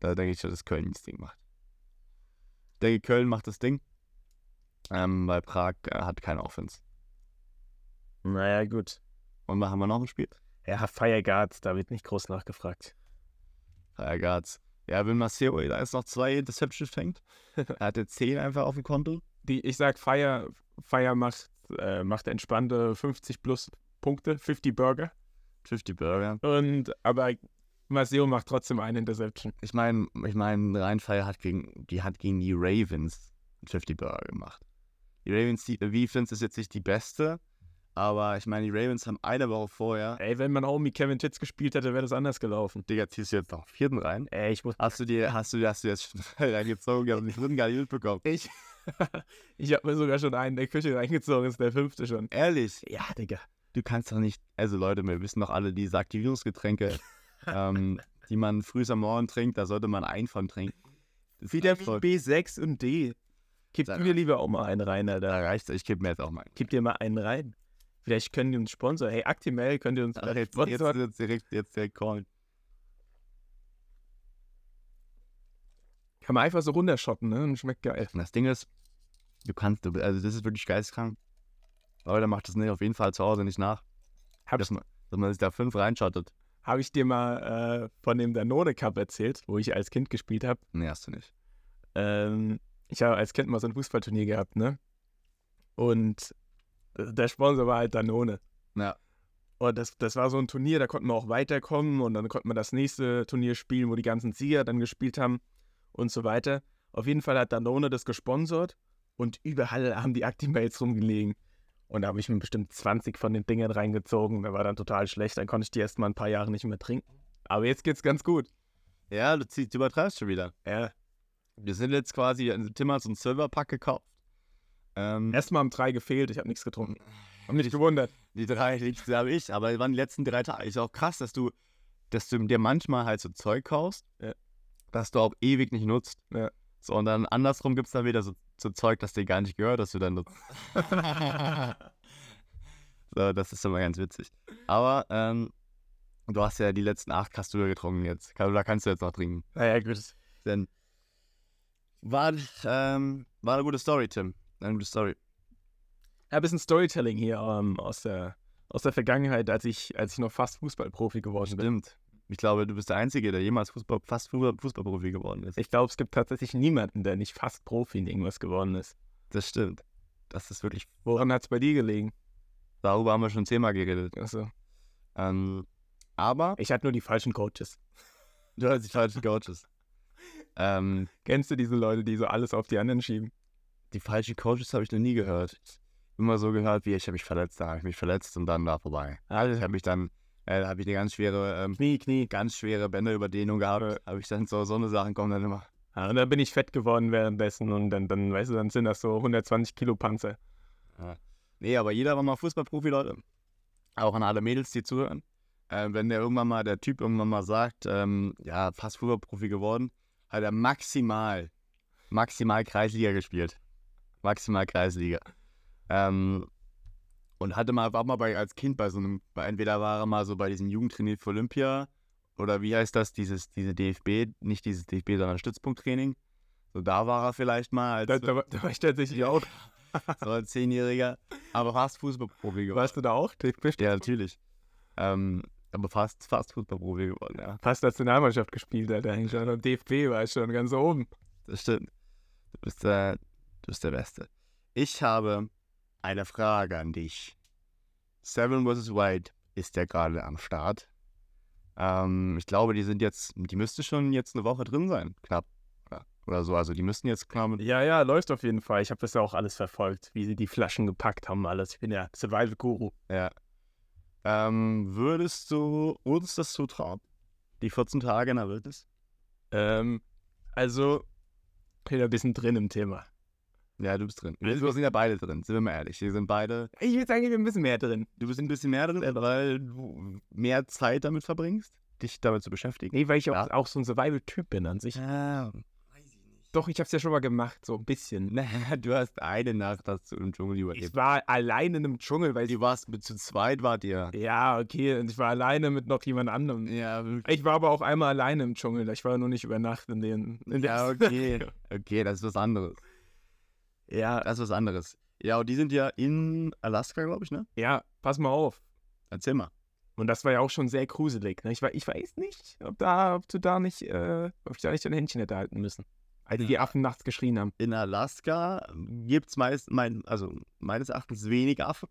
Speaker 1: Da denke ich schon, dass Köln das Ding macht. Ich denke, Köln macht das Ding. Ähm, weil Prag äh, hat keine Offense.
Speaker 2: Naja, gut.
Speaker 1: Und machen wir noch ein Spiel?
Speaker 2: Ja, Fireguards, da wird nicht groß nachgefragt.
Speaker 1: Ragaz. Ja, wenn Maceo da ist noch zwei Interceptions fängt. Er hatte zehn einfach auf dem Konto.
Speaker 2: die, ich sag, Fire, Fire macht, äh, macht entspannte 50 plus Punkte, 50 Burger.
Speaker 1: 50 Burger.
Speaker 2: Und aber Maseo macht trotzdem eine Interception.
Speaker 1: Ich meine, ich meine, Rheinfeier hat gegen, die hat gegen die Ravens einen 50 Burger gemacht. Die Ravens die Defense ist jetzt nicht die beste, aber ich meine, die Ravens haben eine Woche vorher.
Speaker 2: Ey, wenn man auch mit Kevin Titz gespielt hätte, wäre das anders gelaufen.
Speaker 1: Digga, ziehst du jetzt noch einen vierten rein?
Speaker 2: Ey, ich muss.
Speaker 1: Hast du dir, hast du, hast du jetzt [LAUGHS] schnell reingezogen, aber nicht drin gar nicht mitbekommen?
Speaker 2: Ich, ich habe mir sogar schon einen in der Küche reingezogen, ist der fünfte schon.
Speaker 1: Ehrlich,
Speaker 2: Ja, Digga.
Speaker 1: du kannst doch nicht. Also Leute, wir wissen doch alle diese [LAUGHS] Aktivierungsgetränke, ähm, die man früh am Morgen trinkt, da sollte man einen von trinken. Das ist
Speaker 2: Vitamin
Speaker 1: Erfolg.
Speaker 2: B6 und D. Kipp
Speaker 1: Sag-
Speaker 2: du dir lieber auch mal einen rein, Alter.
Speaker 1: [LAUGHS] Da reicht's, ich kipp mir jetzt auch mal. [LAUGHS]
Speaker 2: Kipp dir mal einen rein. Vielleicht können die uns sponsor. Hey, Actimel, könnt ihr uns
Speaker 1: Ach,
Speaker 2: vielleicht
Speaker 1: jetzt, jetzt,
Speaker 2: sponsern?
Speaker 1: jetzt direkt, jetzt direkt callen.
Speaker 2: Kann man einfach so runterschotten, ne? Und schmeckt geil.
Speaker 1: Und das Ding ist, du kannst, du, also das ist wirklich geisteskrank. Leute, macht das nicht auf jeden Fall zu Hause nicht nach,
Speaker 2: Hab
Speaker 1: dass man, dass man sich da fünf reinschottet.
Speaker 2: Habe ich dir mal äh, von dem Danone Cup erzählt, wo ich als Kind gespielt habe?
Speaker 1: Nee, hast du nicht.
Speaker 2: Ähm, ich habe als Kind mal so ein Fußballturnier gehabt, ne? Und äh, der Sponsor war halt Danone.
Speaker 1: Ja.
Speaker 2: Und das, das war so ein Turnier, da konnten wir auch weiterkommen und dann konnten wir das nächste Turnier spielen, wo die ganzen Sieger dann gespielt haben und so weiter. Auf jeden Fall hat Danone das gesponsert und überall haben die Actimates rumgelegen. Und da habe ich mir bestimmt 20 von den Dingern reingezogen. Der war dann total schlecht. Dann konnte ich die erst mal ein paar Jahre nicht mehr trinken. Aber jetzt geht's ganz gut.
Speaker 1: Ja, du, ziehst, du übertreibst schon wieder.
Speaker 2: Ja.
Speaker 1: Wir sind jetzt quasi, wir hatten Tim hat so einen Silverpack gekauft. Ähm,
Speaker 2: Erstmal haben drei gefehlt. Ich habe nichts getrunken. Hab mich
Speaker 1: Ich-
Speaker 2: gewundert.
Speaker 1: die drei liebsten habe ich, aber es waren die letzten drei Tage. Ist auch krass, dass du, dass du dir manchmal halt so Zeug kaufst,
Speaker 2: Ja.
Speaker 1: das du auch ewig nicht nutzt.
Speaker 2: Ja.
Speaker 1: So, und dann andersrum gibt es dann wieder so, so Zeug, das dir gar nicht gehört, das du dann
Speaker 2: [LAUGHS]
Speaker 1: nutzt. so, das ist immer ganz witzig. Aber ähm, du hast ja die letzten acht hast du ja getrunken jetzt. Kann- Da kannst du jetzt noch trinken.
Speaker 2: Naja, gut.
Speaker 1: Denn War, ähm, war eine gute Story, Tim. Eine gute Story.
Speaker 2: Ja, ein bisschen Storytelling hier ähm, aus, der, aus der Vergangenheit, als ich, als ich noch fast Fußballprofi geworden bin.
Speaker 1: Stimmt. Ich glaube, du bist der Einzige, der jemals Fußball, fast Fußball- Fußballprofi geworden ist.
Speaker 2: Ich glaube, es gibt tatsächlich niemanden, der nicht fast Profi in irgendwas geworden ist.
Speaker 1: Das stimmt. Das ist wirklich.
Speaker 2: Woran hat es bei dir gelegen?
Speaker 1: Darüber haben wir schon zehnmal geredet.
Speaker 2: Also,
Speaker 1: Ähm, aber
Speaker 2: ich hatte nur die falschen Coaches.
Speaker 1: du hast die falschen Coaches.
Speaker 2: [LAUGHS]
Speaker 1: ähm,
Speaker 2: Kennst du diese Leute, die so alles auf die anderen schieben?
Speaker 1: die falschen Coaches habe ich noch nie gehört. Ich hab immer so gehört, wie ich habe mich verletzt, da habe ich mich verletzt und dann war vorbei. Ich habe mich dann, äh, habe ich eine ganz schwere, ähm,
Speaker 2: Knie, Knie.
Speaker 1: ganz schwere Bänderüberdehnung
Speaker 2: Ja.
Speaker 1: gehabt. Habe ich dann so, so eine Sachen kommen dann immer.
Speaker 2: Ja, und dann bin ich fett geworden währenddessen und dann, dann, weißt du, dann sind das so 120 Kilo Panzer.
Speaker 1: Nee, aber jeder war mal Fußballprofi, Leute. Auch an alle Mädels, die zuhören. Äh, wenn der irgendwann mal, der Typ irgendwann mal sagt, ähm, ja, fast Fußballprofi geworden, hat er maximal, maximal Kreisliga gespielt. Maximal Kreisliga. Ähm, und hatte mal, war mal bei, als Kind bei so einem, bei, entweder war er mal so bei diesem Jugendtraining für Olympia oder wie heißt das, dieses, diese DFB, nicht dieses DFB, sondern Stützpunkttraining. So, da war er vielleicht mal als,
Speaker 2: Da, da, war- da war ich tatsächlich auch.
Speaker 1: [LAUGHS] so als Zehnjähriger, aber fast Fußballprofi geworden.
Speaker 2: Warst du da auch?
Speaker 1: Ja, natürlich. Ähm, aber fast, fast Fußballprofi geworden, ja.
Speaker 2: Fast Nationalmannschaft gespielt, Alter. Eigentlich schon. Und DFB war ich schon ganz oben.
Speaker 1: Das stimmt. Du bist der, du bist der Beste. Ich habe eine Frage an dich. Seven vs. White ist ja gerade am Start. Ähm, ich glaube, die sind jetzt, die müsste schon jetzt eine Woche drin sein, knapp. Oder- Oder so, also die müssten jetzt knapp.
Speaker 2: Ja, ja, läuft auf jeden Fall. Ich habe das ja auch alles verfolgt, wie sie die Flaschen gepackt haben, alles. Ich bin ja Survival-Guru.
Speaker 1: Ja. Ähm, würdest du uns das zutrauen? Die 14 Tage in der Wildnis?
Speaker 2: Ähm, also, bin ein bisschen drin im Thema.
Speaker 1: Ja, du bist drin. Wir sind ja beide drin, sind wir mal ehrlich. Wir sind beide
Speaker 2: Ich würde sagen, ich bin ein bisschen mehr drin.
Speaker 1: Du bist ein bisschen mehr drin, weil du mehr Zeit damit verbringst, dich damit zu beschäftigen.
Speaker 2: Nee, weil ich auch,
Speaker 1: Ja.
Speaker 2: auch so ein Survival-Typ bin an sich.
Speaker 1: Ja,
Speaker 2: Doch, ich habe es ja schon mal gemacht, so ein
Speaker 1: [LAUGHS]
Speaker 2: bisschen.
Speaker 1: na, du hast eine Nacht hast du im Dschungel
Speaker 2: Ich
Speaker 1: überlebt.
Speaker 2: war alleine im Dschungel, weil ich,
Speaker 1: Du warst mit zu zweit, wart ihr.
Speaker 2: ja, okay, und ich war alleine mit noch jemand anderem.
Speaker 1: Ja, wirklich.
Speaker 2: Ich war aber auch einmal alleine im Dschungel, ich war nur nicht über Nacht in den. In der-
Speaker 1: Ja, okay. [LAUGHS] Okay, das ist was anderes.
Speaker 2: ja,
Speaker 1: Das ist was anderes. Ja, und die sind ja in Alaska, glaube ich, ne?
Speaker 2: [LAUGHS] ja, pass mal auf.
Speaker 1: Erzähl mal.
Speaker 2: Und das war ja auch schon sehr gruselig. Ne? Ich, war, ich weiß nicht, ob, da, ob du da nicht, äh, ob ich da nicht dein Händchen hätte halten müssen. Als die Affen nachts geschrien haben.
Speaker 1: In Alaska gibt es meist, mein, also meines Erachtens wenig Affen.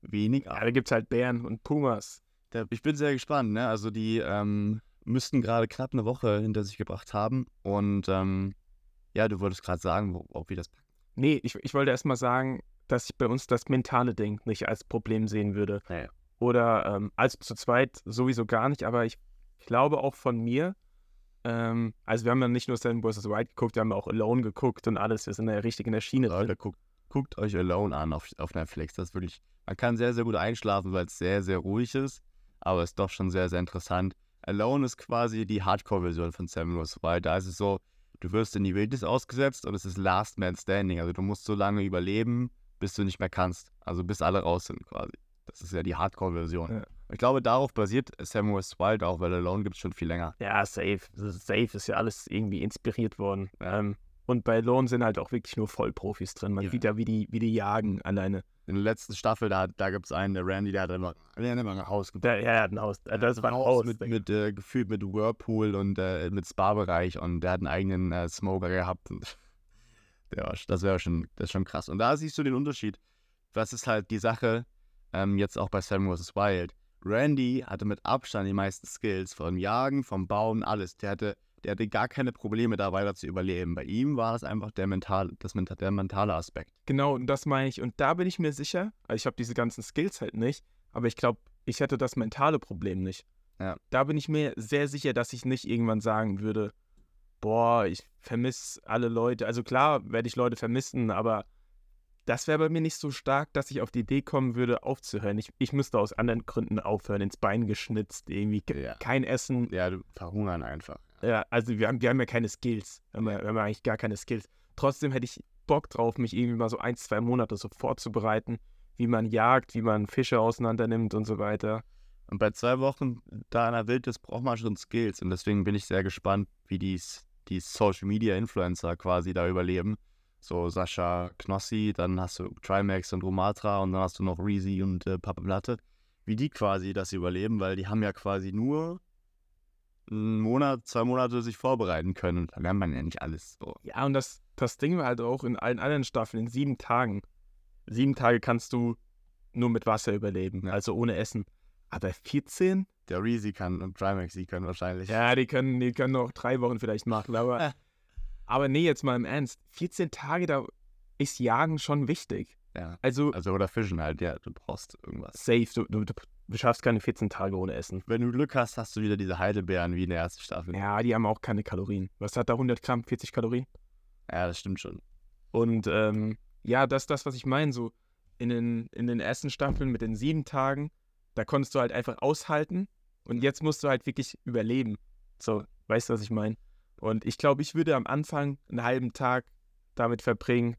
Speaker 1: Wenig Affen.
Speaker 2: Ja, da gibt's halt Bären und Pumas.
Speaker 1: Da, ich bin sehr gespannt, ne? Also die ähm, müssten gerade knapp eine Woche hinter sich gebracht haben. Und ähm, ja, du wolltest gerade sagen, wo, ob wir das packen.
Speaker 2: Nee, ich, ich wollte erst mal sagen, dass ich bei uns das mentale Ding nicht als Problem sehen würde.
Speaker 1: Nee.
Speaker 2: Oder ähm, also zu zweit sowieso gar nicht, aber ich glaube auch von mir, ähm, also wir haben ja nicht nur Seven vs. White geguckt, wir haben auch Alone geguckt und alles, wir sind ja richtig in der Schiene drin.
Speaker 1: Leute, guckt, guckt euch Alone an auf, auf Netflix. Das ist wirklich, man kann sehr, sehr gut einschlafen, weil es sehr, sehr ruhig ist. Aber ist doch schon sehr, sehr interessant. Alone ist quasi die Hardcore-Version von Seven Wars, weil da ist es so, du wirst in die Wildnis ausgesetzt und es ist Last Man Standing. Also du musst so lange überleben, bis du nicht mehr kannst. Also bis alle raus sind quasi. Das ist ja die Hardcore-Version.
Speaker 2: Ja.
Speaker 1: Ich glaube, darauf basiert Samuel's Wild auch, weil Alone gibt es schon viel länger.
Speaker 2: Ja, safe. Also Safe ist ja alles irgendwie inspiriert worden. Ähm, und bei Alone sind halt auch wirklich nur Vollprofis drin. Man
Speaker 1: Ja.
Speaker 2: sieht ja, wie die, wie die jagen alleine.
Speaker 1: In der letzten Staffel, da, hat- da gibt es einen, der Randy, der hat immer, der hat immer ein Haus gebaut.
Speaker 2: Da, ja, ja, ein Haus. Äh, Das war ein
Speaker 1: Haus
Speaker 2: Haus.
Speaker 1: mit, mit äh, gefühlt mit Whirlpool und äh, mit Spa-Bereich und der hat einen eigenen äh, Smoker gehabt. Und [LAUGHS] der war, sch- das wäre schon, das ist schon krass. Und da siehst du den Unterschied. Das ist halt die Sache ähm, jetzt auch bei Seven vs. Wild. Randy hatte mit Abstand die meisten Skills vom Jagen, vom Bauen, alles. Der hatte, der hatte gar keine Probleme, da weiter zu überleben. Bei ihm war das einfach der mentale, das, menta- der mentale Aspekt.
Speaker 2: Genau, und das meine ich. Und da bin ich mir sicher, also ich habe diese ganzen Skills halt nicht, aber ich glaube, ich hätte das mentale Problem nicht.
Speaker 1: Ja.
Speaker 2: Da bin ich mir sehr sicher, dass ich nicht irgendwann sagen würde, boah, ich vermisse alle Leute. Also klar werde ich Leute vermissen, aber das wäre bei mir nicht so stark, dass ich auf die Idee kommen würde, aufzuhören. Ich, ich müsste aus anderen Gründen aufhören, ins Bein geschnitzt, irgendwie ke-
Speaker 1: Ja.
Speaker 2: kein Essen,
Speaker 1: Ja, du- verhungern einfach.
Speaker 2: ja, also wir haben, wir haben ja keine Skills. Wir haben ja, wir haben ja eigentlich gar keine Skills. Trotzdem hätte ich Bock drauf, mich irgendwie mal so ein, zwei Monate so vorzubereiten, wie man jagt, wie man Fische auseinandernimmt und so weiter.
Speaker 1: Und bei zwei Wochen da in der Wildnis braucht man schon Skills. Und deswegen bin ich sehr gespannt, wie dies, die Social Media Influencer quasi da überleben. So Sascha Knossi, dann hast du Trimax und Romatra und dann hast du noch Reezy und äh, Papa Platte. Wie die quasi das überleben, weil die haben ja quasi nur einen Monat, zwei Monate sich vorbereiten können. Und da lernt man ja nicht alles so.
Speaker 2: Ja, und das, das Ding war halt auch in allen anderen Staffeln, in sieben Tagen. Sieben Tage kannst du nur mit Wasser überleben,
Speaker 1: Ja.
Speaker 2: also ohne Essen. Aber 14?
Speaker 1: Der Reezy kann und Trimax, die können wahrscheinlich.
Speaker 2: Ja, die können, die können noch drei Wochen vielleicht
Speaker 1: [LAUGHS]
Speaker 2: machen, aber, aber nee, jetzt mal im Ernst. 14 Tage, da ist Jagen schon wichtig.
Speaker 1: Ja.
Speaker 2: Also,
Speaker 1: Also oder Fischen halt, ja, du brauchst irgendwas.
Speaker 2: safe, du, du, du schaffst keine 14 Tage ohne Essen.
Speaker 1: Wenn du Glück hast, hast du wieder diese Heidelbeeren wie in der ersten Staffel.
Speaker 2: Ja, die haben auch keine Kalorien. Was hat da 100 Gramm? 40 Kalorien?
Speaker 1: Ja, das stimmt schon.
Speaker 2: Und ähm, ja, das ist das, was ich meine. So in den, in den ersten Staffeln mit den sieben Tagen, da konntest du halt einfach aushalten. Und jetzt musst du halt wirklich überleben. So, weißt du, was ich meine? Und ich glaube, ich würde am Anfang einen halben Tag damit verbringen,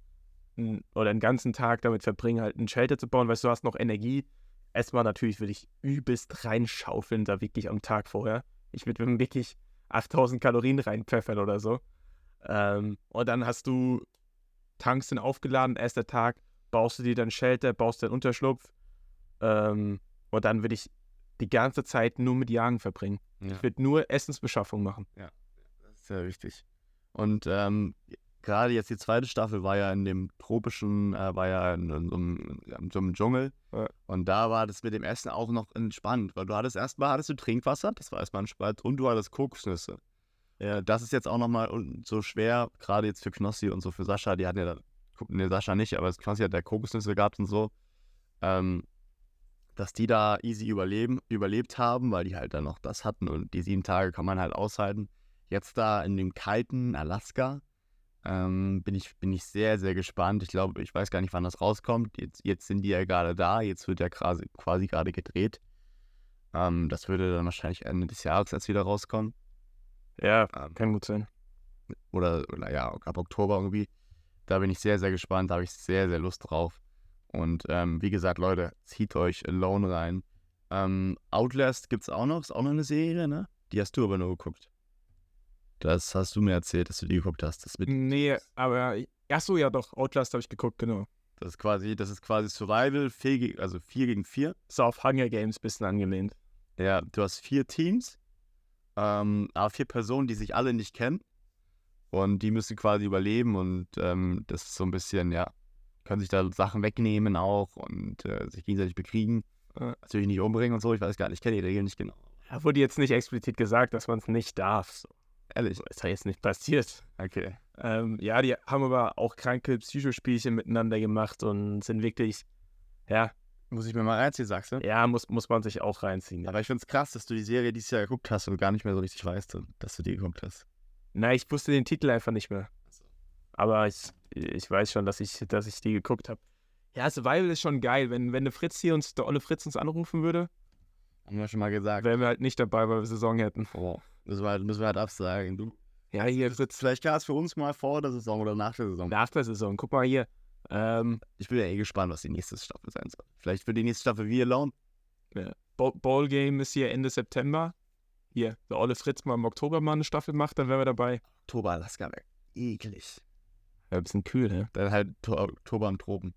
Speaker 2: n- oder einen ganzen Tag damit verbringen, halt einen Shelter zu bauen, weißt du, du hast noch Energie. Erstmal natürlich würde ich übelst reinschaufeln, da wirklich am Tag vorher. Ich würde mir wirklich 8000 Kalorien reinpfeffern oder so. Ähm, und dann hast du Tanks sind aufgeladen, erster Tag, baust du dir dann Shelter, baust deinen Unterschlupf. Ähm, und dann würde ich die ganze Zeit nur mit Jagen verbringen.
Speaker 1: Ja.
Speaker 2: Ich würde nur Essensbeschaffung machen.
Speaker 1: Das ist ja wichtig. Und ähm, gerade jetzt die zweite Staffel war ja in dem tropischen, äh, war ja in, in, so einem- in so einem Dschungel.
Speaker 2: Ja.
Speaker 1: Und da war das mit dem Essen auch noch entspannt, weil du hattest erstmal hattest du Trinkwasser, das war erstmal entspannt, und du hattest Kokosnüsse. Ja. Das ist jetzt auch nochmal so schwer, gerade jetzt für Knossi und so für Sascha, die hatten ja da, guck, nee, Sascha nicht, aber Knossi hat ja Kokosnüsse gehabt und so. Ähm, dass die da easy überleben, überlebt haben, weil die halt dann noch das hatten und die sieben Tage kann man halt aushalten jetzt da in dem kalten Alaska ähm, bin, ich, bin ich sehr, sehr gespannt. Ich glaube, ich weiß gar nicht, wann das rauskommt. Jetzt, jetzt sind die ja gerade da, jetzt wird ja quasi, quasi gerade gedreht. Ähm, das würde dann wahrscheinlich Ende des Jahres erst wieder rauskommen.
Speaker 2: Ja,
Speaker 1: Ähm,
Speaker 2: kann gut sein.
Speaker 1: oder, oder ja, ab Oktober irgendwie. Da bin ich sehr, sehr gespannt, da habe ich sehr, sehr Lust drauf. Und ähm, wie gesagt, Leute, zieht euch Alone rein. Ähm, Outlast gibt es auch noch, ist auch noch eine Serie, ne? Die hast du aber nur geguckt. Das hast du mir erzählt, dass du die geguckt hast. Das, mit,
Speaker 2: Nee, aber. Ach so, ja, doch. Outlast habe ich geguckt, genau.
Speaker 1: das, ist, quasi, das ist quasi Survival, vier, geg- also 4 gegen 4.
Speaker 2: So auf Hunger Games bisschen angelehnt.
Speaker 1: Ja, du hast vier Teams, ähm, aber vier Personen, die sich alle nicht kennen. Und die müssen quasi überleben und ähm, das ist so ein bisschen, ja, können sich da Sachen wegnehmen auch und äh, sich gegenseitig bekriegen.
Speaker 2: Ja.
Speaker 1: Natürlich nicht umbringen und so, ich weiß gar nicht, ich kenne die Regeln nicht genau.
Speaker 2: Da wurde jetzt nicht explizit gesagt, dass man es nicht darf. So, Also,
Speaker 1: Ehrlich.
Speaker 2: ist ja jetzt nicht passiert.
Speaker 1: Okay.
Speaker 2: Ähm, ja, die haben aber auch kranke Psychospielchen miteinander gemacht und sind wirklich, ja,
Speaker 1: Muss ich mir mal reinziehen, sagst du?
Speaker 2: ja, muss, muss man sich auch reinziehen.
Speaker 1: Aber ich finde es krass, dass du die Serie dieses Jahr geguckt hast und gar nicht mehr so richtig weißt, dass du die geguckt hast.
Speaker 2: Nein, ich wusste den Titel einfach nicht mehr.
Speaker 1: so.
Speaker 2: Aber ich, ich weiß schon, dass ich, dass ich die geguckt habe. Ja, Survival ist schon geil. Wenn, wenn der Fritz hier uns, der Olle Fritz uns anrufen würde,
Speaker 1: Haben wir schon mal gesagt.
Speaker 2: wären wir halt nicht dabei, weil wir Saison hätten.
Speaker 1: Wow. Müssen wir, halt, müssen wir halt absagen. Du,
Speaker 2: Ja, hier Fritz.
Speaker 1: vielleicht klar ist für uns mal vor der Saison oder nach der Saison.
Speaker 2: Nach der Saison, guck mal hier. Ähm,
Speaker 1: Ich bin ja eh gespannt, was die nächste Staffel sein soll. Vielleicht wird die nächste Staffel wie Alone.
Speaker 2: Bo- Ballgame ist hier Ende September. Hier, der Olle Fritz mal im Oktober mal eine Staffel macht, dann wären wir dabei.
Speaker 1: Oktober, Alaska weg. Eklig.
Speaker 2: Ja, ein bisschen kühl, ne?
Speaker 1: Dann halt To- Oktober und Tropen.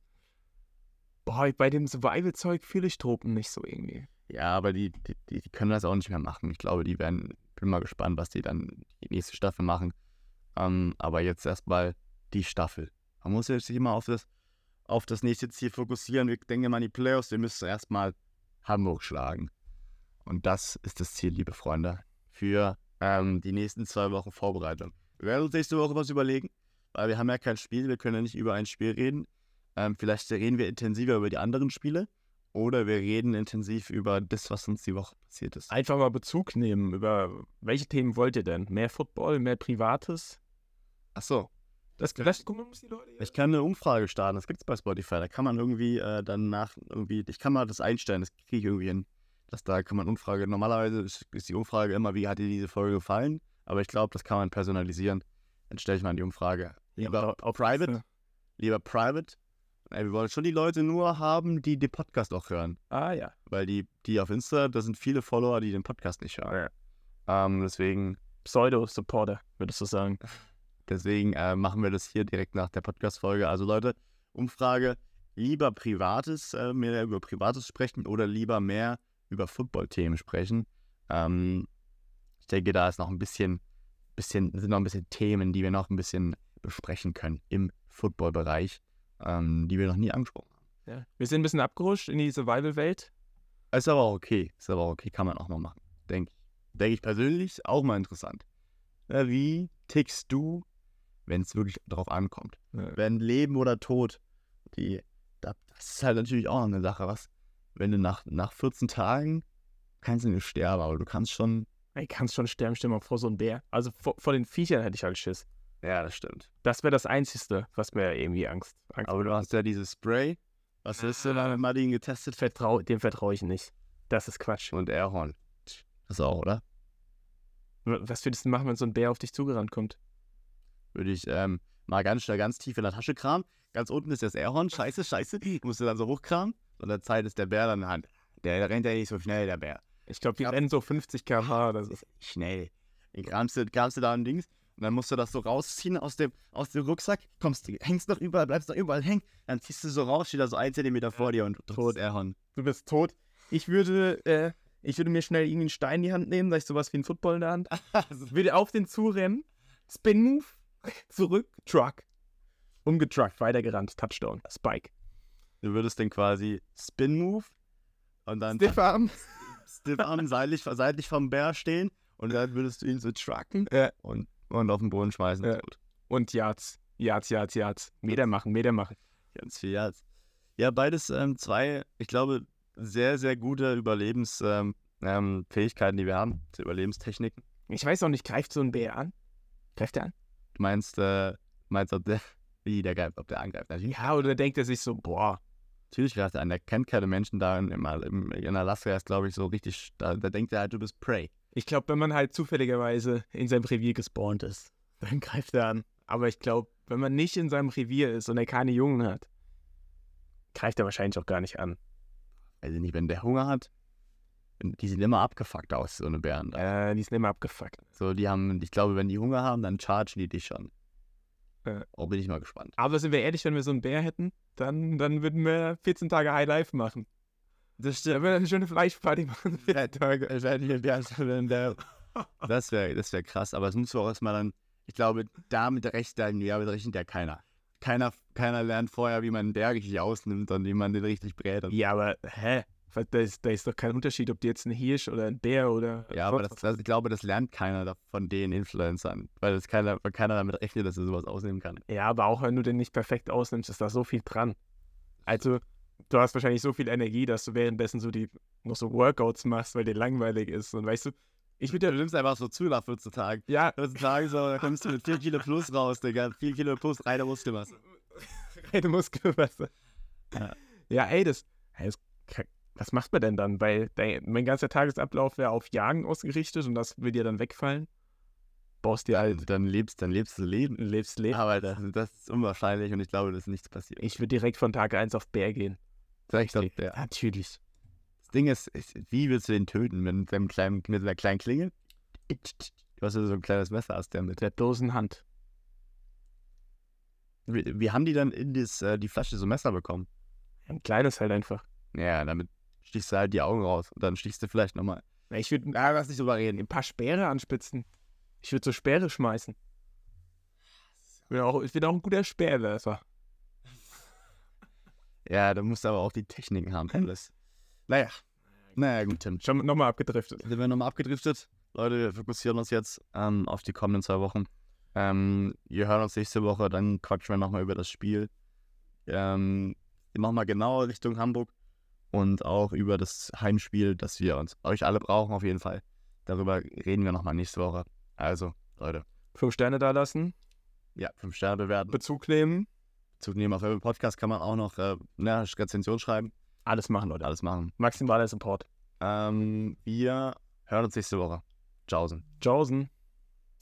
Speaker 2: Boah, bei dem Survival-Zeug fühle ich Tropen nicht so irgendwie.
Speaker 1: Ja, aber die, die, die die können das auch nicht mehr machen. Ich glaube, die werden, bin mal gespannt, was die dann die nächste Staffel machen. Ähm, aber jetzt erstmal die Staffel. Man muss jetzt sich immer auf das, auf das nächste Ziel fokussieren. Wir denken immer an die Playoffs. Wir müssen erstmal Hamburg schlagen. Und das ist das Ziel, liebe Freunde, für ähm, die nächsten zwei Wochen Vorbereitung. Wir werden uns nächste Woche was überlegen, weil wir haben ja kein Spiel. Wir können ja nicht über ein Spiel reden. Ähm, vielleicht reden wir intensiver über die anderen Spiele. Oder wir reden intensiv über das, was uns die Woche passiert ist.
Speaker 2: Einfach mal Bezug nehmen über welche Themen wollt ihr denn? Mehr Football, mehr Privates?
Speaker 1: Ach so,
Speaker 2: Das, das gucken muss die Leute.
Speaker 1: Ich kann eine Umfrage starten, das gibt's bei Spotify. Da kann man irgendwie äh, danach irgendwie, ich kann mal das einstellen, das kriege ich irgendwie hin. Dass da kann man Umfrage, normalerweise ist, ist die Umfrage immer, wie hat dir diese Folge gefallen? Aber ich glaube, das kann man personalisieren. Dann stelle ich mal die Umfrage. Lieber Private, lieber Private. Ey, wir wollen schon die Leute nur haben, die den Podcast auch hören.
Speaker 2: Ah ja.
Speaker 1: Weil die, die auf Insta, da sind viele Follower, die den Podcast nicht hören. Ähm, deswegen
Speaker 2: Äh, Pseudo-Supporter, würdest du sagen.
Speaker 1: Deswegen äh, machen wir das hier direkt nach der Podcast-Folge. Also Leute, Umfrage, lieber Privates, äh, mehr über Privates sprechen oder lieber mehr über Football-Themen sprechen. Ähm, ich denke, da ist noch ein bisschen, bisschen, sind noch ein bisschen Themen, die wir noch ein bisschen besprechen können im Football-Bereich, ähm, die wir noch nie angesprochen haben.
Speaker 2: Ja. Wir sind ein bisschen abgerutscht in die Survival-Welt.
Speaker 1: Ist aber auch okay, ist aber auch okay, kann man auch mal machen, denke ich. Denke ich persönlich auch mal interessant. Ja, wie tickst du, wenn es wirklich drauf ankommt?
Speaker 2: Ja.
Speaker 1: Wenn Leben oder Tod, die, da- das ist halt natürlich auch noch eine Sache, was, wenn du nach, nach 14 Tagen kannst du nicht sterben, aber du kannst schon.
Speaker 2: Ey, kannst schon sterben, stell mal vor, so ein Bär. Also vor, vor den Viechern hätte ich halt Schiss.
Speaker 1: Ja, das stimmt.
Speaker 2: Das wäre das Einzige, was mir irgendwie Angst. Angst
Speaker 1: Aber du hast ja dieses Spray. Was ist denn, wenn man ihn getestet wird?
Speaker 2: vertrau, dem vertraue ich nicht. Das ist Quatsch.
Speaker 1: Und Airhorn. Das auch, oder?
Speaker 2: W- Was würdest du machen, wenn so ein Bär auf dich zugerannt kommt?
Speaker 1: Würde ich ähm, mal ganz schnell ganz tief in der Tasche kramen. Ganz unten ist das Airhorn. Scheiße, scheiße. Musst du dann so hochkramen. Und der Zeit ist der Bär dann in der Hand. Der rennt ja nicht so schnell, der Bär.
Speaker 2: Ich glaube, die
Speaker 1: Ja.
Speaker 2: rennen so 50 km/h oder so.
Speaker 1: Also, Schnell. Dann kramst du, kramst du da ein Dings. Und dann musst du das so rausziehen aus dem, aus dem Rucksack. Kommst, hängst noch überall, bleibst noch überall hängen. Dann ziehst du so raus, steht da so ein Zentimeter vor dir und
Speaker 2: Tot.
Speaker 1: drückst [LAUGHS] Airhorn.
Speaker 2: [LAUGHS] Du bist tot. Ich würde, äh, ich würde mir schnell irgendwie einen Stein in die Hand nehmen, dass ich sowas wie einen Football in der Hand.
Speaker 1: Also,
Speaker 2: Würde auf den zurennen. Spin-Move. [LAUGHS] Zurück. Truck. Umgetruckt, weitergerannt. Touchdown. Spike.
Speaker 1: Du würdest dann quasi Spin-Move und dann
Speaker 2: Stiff-Arm.
Speaker 1: [LAUGHS] stiff arm seitlich, seitlich vom Bär stehen und dann würdest du ihn so trucken
Speaker 2: Ja.
Speaker 1: und, und auf den Boden schmeißen.
Speaker 2: Ja. Und Yards. Yards, Yards, Yards. Meter machen, Meter machen.
Speaker 1: Ganz viel Yards. Ja, beides ähm, zwei, ich glaube, sehr, sehr gute Überlebensfähigkeiten, ähm, ähm, Fähigkeiten, die wir haben, zu Überlebenstechniken.
Speaker 2: Ich weiß auch nicht, greift so ein Bär an? Greift er an?
Speaker 1: Du meinst, äh, meinst ob der, [LAUGHS] wie der greift, ob der angreift. Natürlich,
Speaker 2: Ja, oder denkt er sich so, boah,
Speaker 1: natürlich greift er an, der kennt keine Menschen da in, im- im, in Alaska, ist glaube ich so richtig, da, da denkt er halt, du bist Prey.
Speaker 2: Ich glaube, wenn man halt zufälligerweise in seinem Revier gespawnt ist, [LAUGHS] dann greift er an. Aber ich glaube, wenn man nicht in seinem Revier ist und er keine Jungen hat, greift er wahrscheinlich auch gar nicht an.
Speaker 1: Also nicht, wenn der Hunger hat. Die sehen immer abgefuckt aus, so eine Bären. Da.
Speaker 2: Äh, die sind immer abgefuckt.
Speaker 1: So, die haben, ich glaube, wenn die Hunger haben, dann chargen die dich schon.
Speaker 2: Ja.
Speaker 1: Oh, bin ich mal
Speaker 2: [LAUGHS]
Speaker 1: gespannt.
Speaker 2: Aber sind wir ehrlich, wenn wir so einen Bär hätten, dann, dann würden wir 14 Tage High Life machen. Das stimmt. Dann würden wir eine schöne Fleischparty [LAUGHS] machen.
Speaker 1: Ja, [LAUGHS] Das wäre das wär krass, aber es muss auch erstmal dann, ich glaube, damit rechnet, damit rechnet ja keiner. keiner. Keiner lernt vorher, wie man einen Bär richtig ausnimmt und wie man den richtig brät. Und,
Speaker 2: ja, aber hä? Was, Da ist, da ist doch kein Unterschied, ob du jetzt ein Hirsch oder ein Bär oder.
Speaker 1: ja, aber das, das, ich glaube, das lernt keiner da- von den Influencern, weil das keiner, weil keiner damit rechnet, dass er sowas ausnehmen kann.
Speaker 2: Ja, aber auch wenn du den nicht perfekt ausnimmst, ist da so viel dran. Also, du hast wahrscheinlich so viel Energie, dass du währenddessen so die noch so Workouts machst, weil dir langweilig ist. Und weißt du, ich
Speaker 1: Du
Speaker 2: würde
Speaker 1: nimmst einfach so zu nach 14 Tagen.
Speaker 2: ja,
Speaker 1: 14 Tagen so, da kommst du mit 4 Kilo plus raus, Digga. 4 Kilo plus reine Muskelmasse. Hm.
Speaker 2: [LAUGHS] reine Muskelmasse.
Speaker 1: Ja.
Speaker 2: Ja, ey, das, ey, das ka- was macht man denn dann? Weil dein, mein ganzer Tagesablauf wäre auf Jagen ausgerichtet und das will dir dann wegfallen. Baust dir halt,
Speaker 1: Und dann lebst, dann lebst du Leben.
Speaker 2: lebst Leben.
Speaker 1: Aber das, das ist unwahrscheinlich und ich glaube, dass nichts passiert.
Speaker 2: Ich würde direkt von Tag 1 auf Bär gehen.
Speaker 1: ich glaub,
Speaker 2: Ja,
Speaker 1: der,
Speaker 2: Natürlich.
Speaker 1: das Ding ist, ist, wie willst du den töten mit einem kleinen, mit einer kleinen Klinge? Du hast ja so ein kleines Messer aus der
Speaker 2: Mit
Speaker 1: Mitte.
Speaker 2: der Dosenhand.
Speaker 1: Wie, wie haben die dann in das, äh, die Flasche so Messer bekommen?
Speaker 2: Ein kleines halt einfach.
Speaker 1: Ja, damit stichst du halt die Augen raus und dann stichst du vielleicht nochmal.
Speaker 2: Na, Ich würde
Speaker 1: Ah, lass nicht drüber
Speaker 2: ein
Speaker 1: reden.
Speaker 2: paar Speere anspitzen. Ich würde so Speere schmeißen. Ich bin auch, ich bin auch ein guter Speerwerfer.
Speaker 1: Ja, du musst aber auch die Techniken haben. Alles. Naja, naja, gut, Tim.
Speaker 2: Schon nochmal abgedriftet.
Speaker 1: sind wir nochmal abgedriftet. Leute, wir fokussieren uns jetzt ähm, auf die kommenden zwei Wochen. Ähm, wir hören uns nächste Woche, dann quatschen wir nochmal über das Spiel. Ähm, nochmal genauer Richtung Hamburg und auch über das Heimspiel, das wir uns, euch alle brauchen auf jeden Fall. Darüber reden wir nochmal nächste Woche. Also, Leute,
Speaker 2: Fünf Sterne da lassen,
Speaker 1: ja, fünf Sterne bewerten.
Speaker 2: Bezug nehmen.
Speaker 1: Bezug nehmen auf Apple Podcast kann man auch noch äh, eine Rezension schreiben.
Speaker 2: Alles machen,
Speaker 1: Leute,
Speaker 2: Leute. Also
Speaker 1: alles machen.
Speaker 2: Maximaler Support.
Speaker 1: Ähm, wir hören uns nächste Woche. Tschaußen.
Speaker 2: Jausen.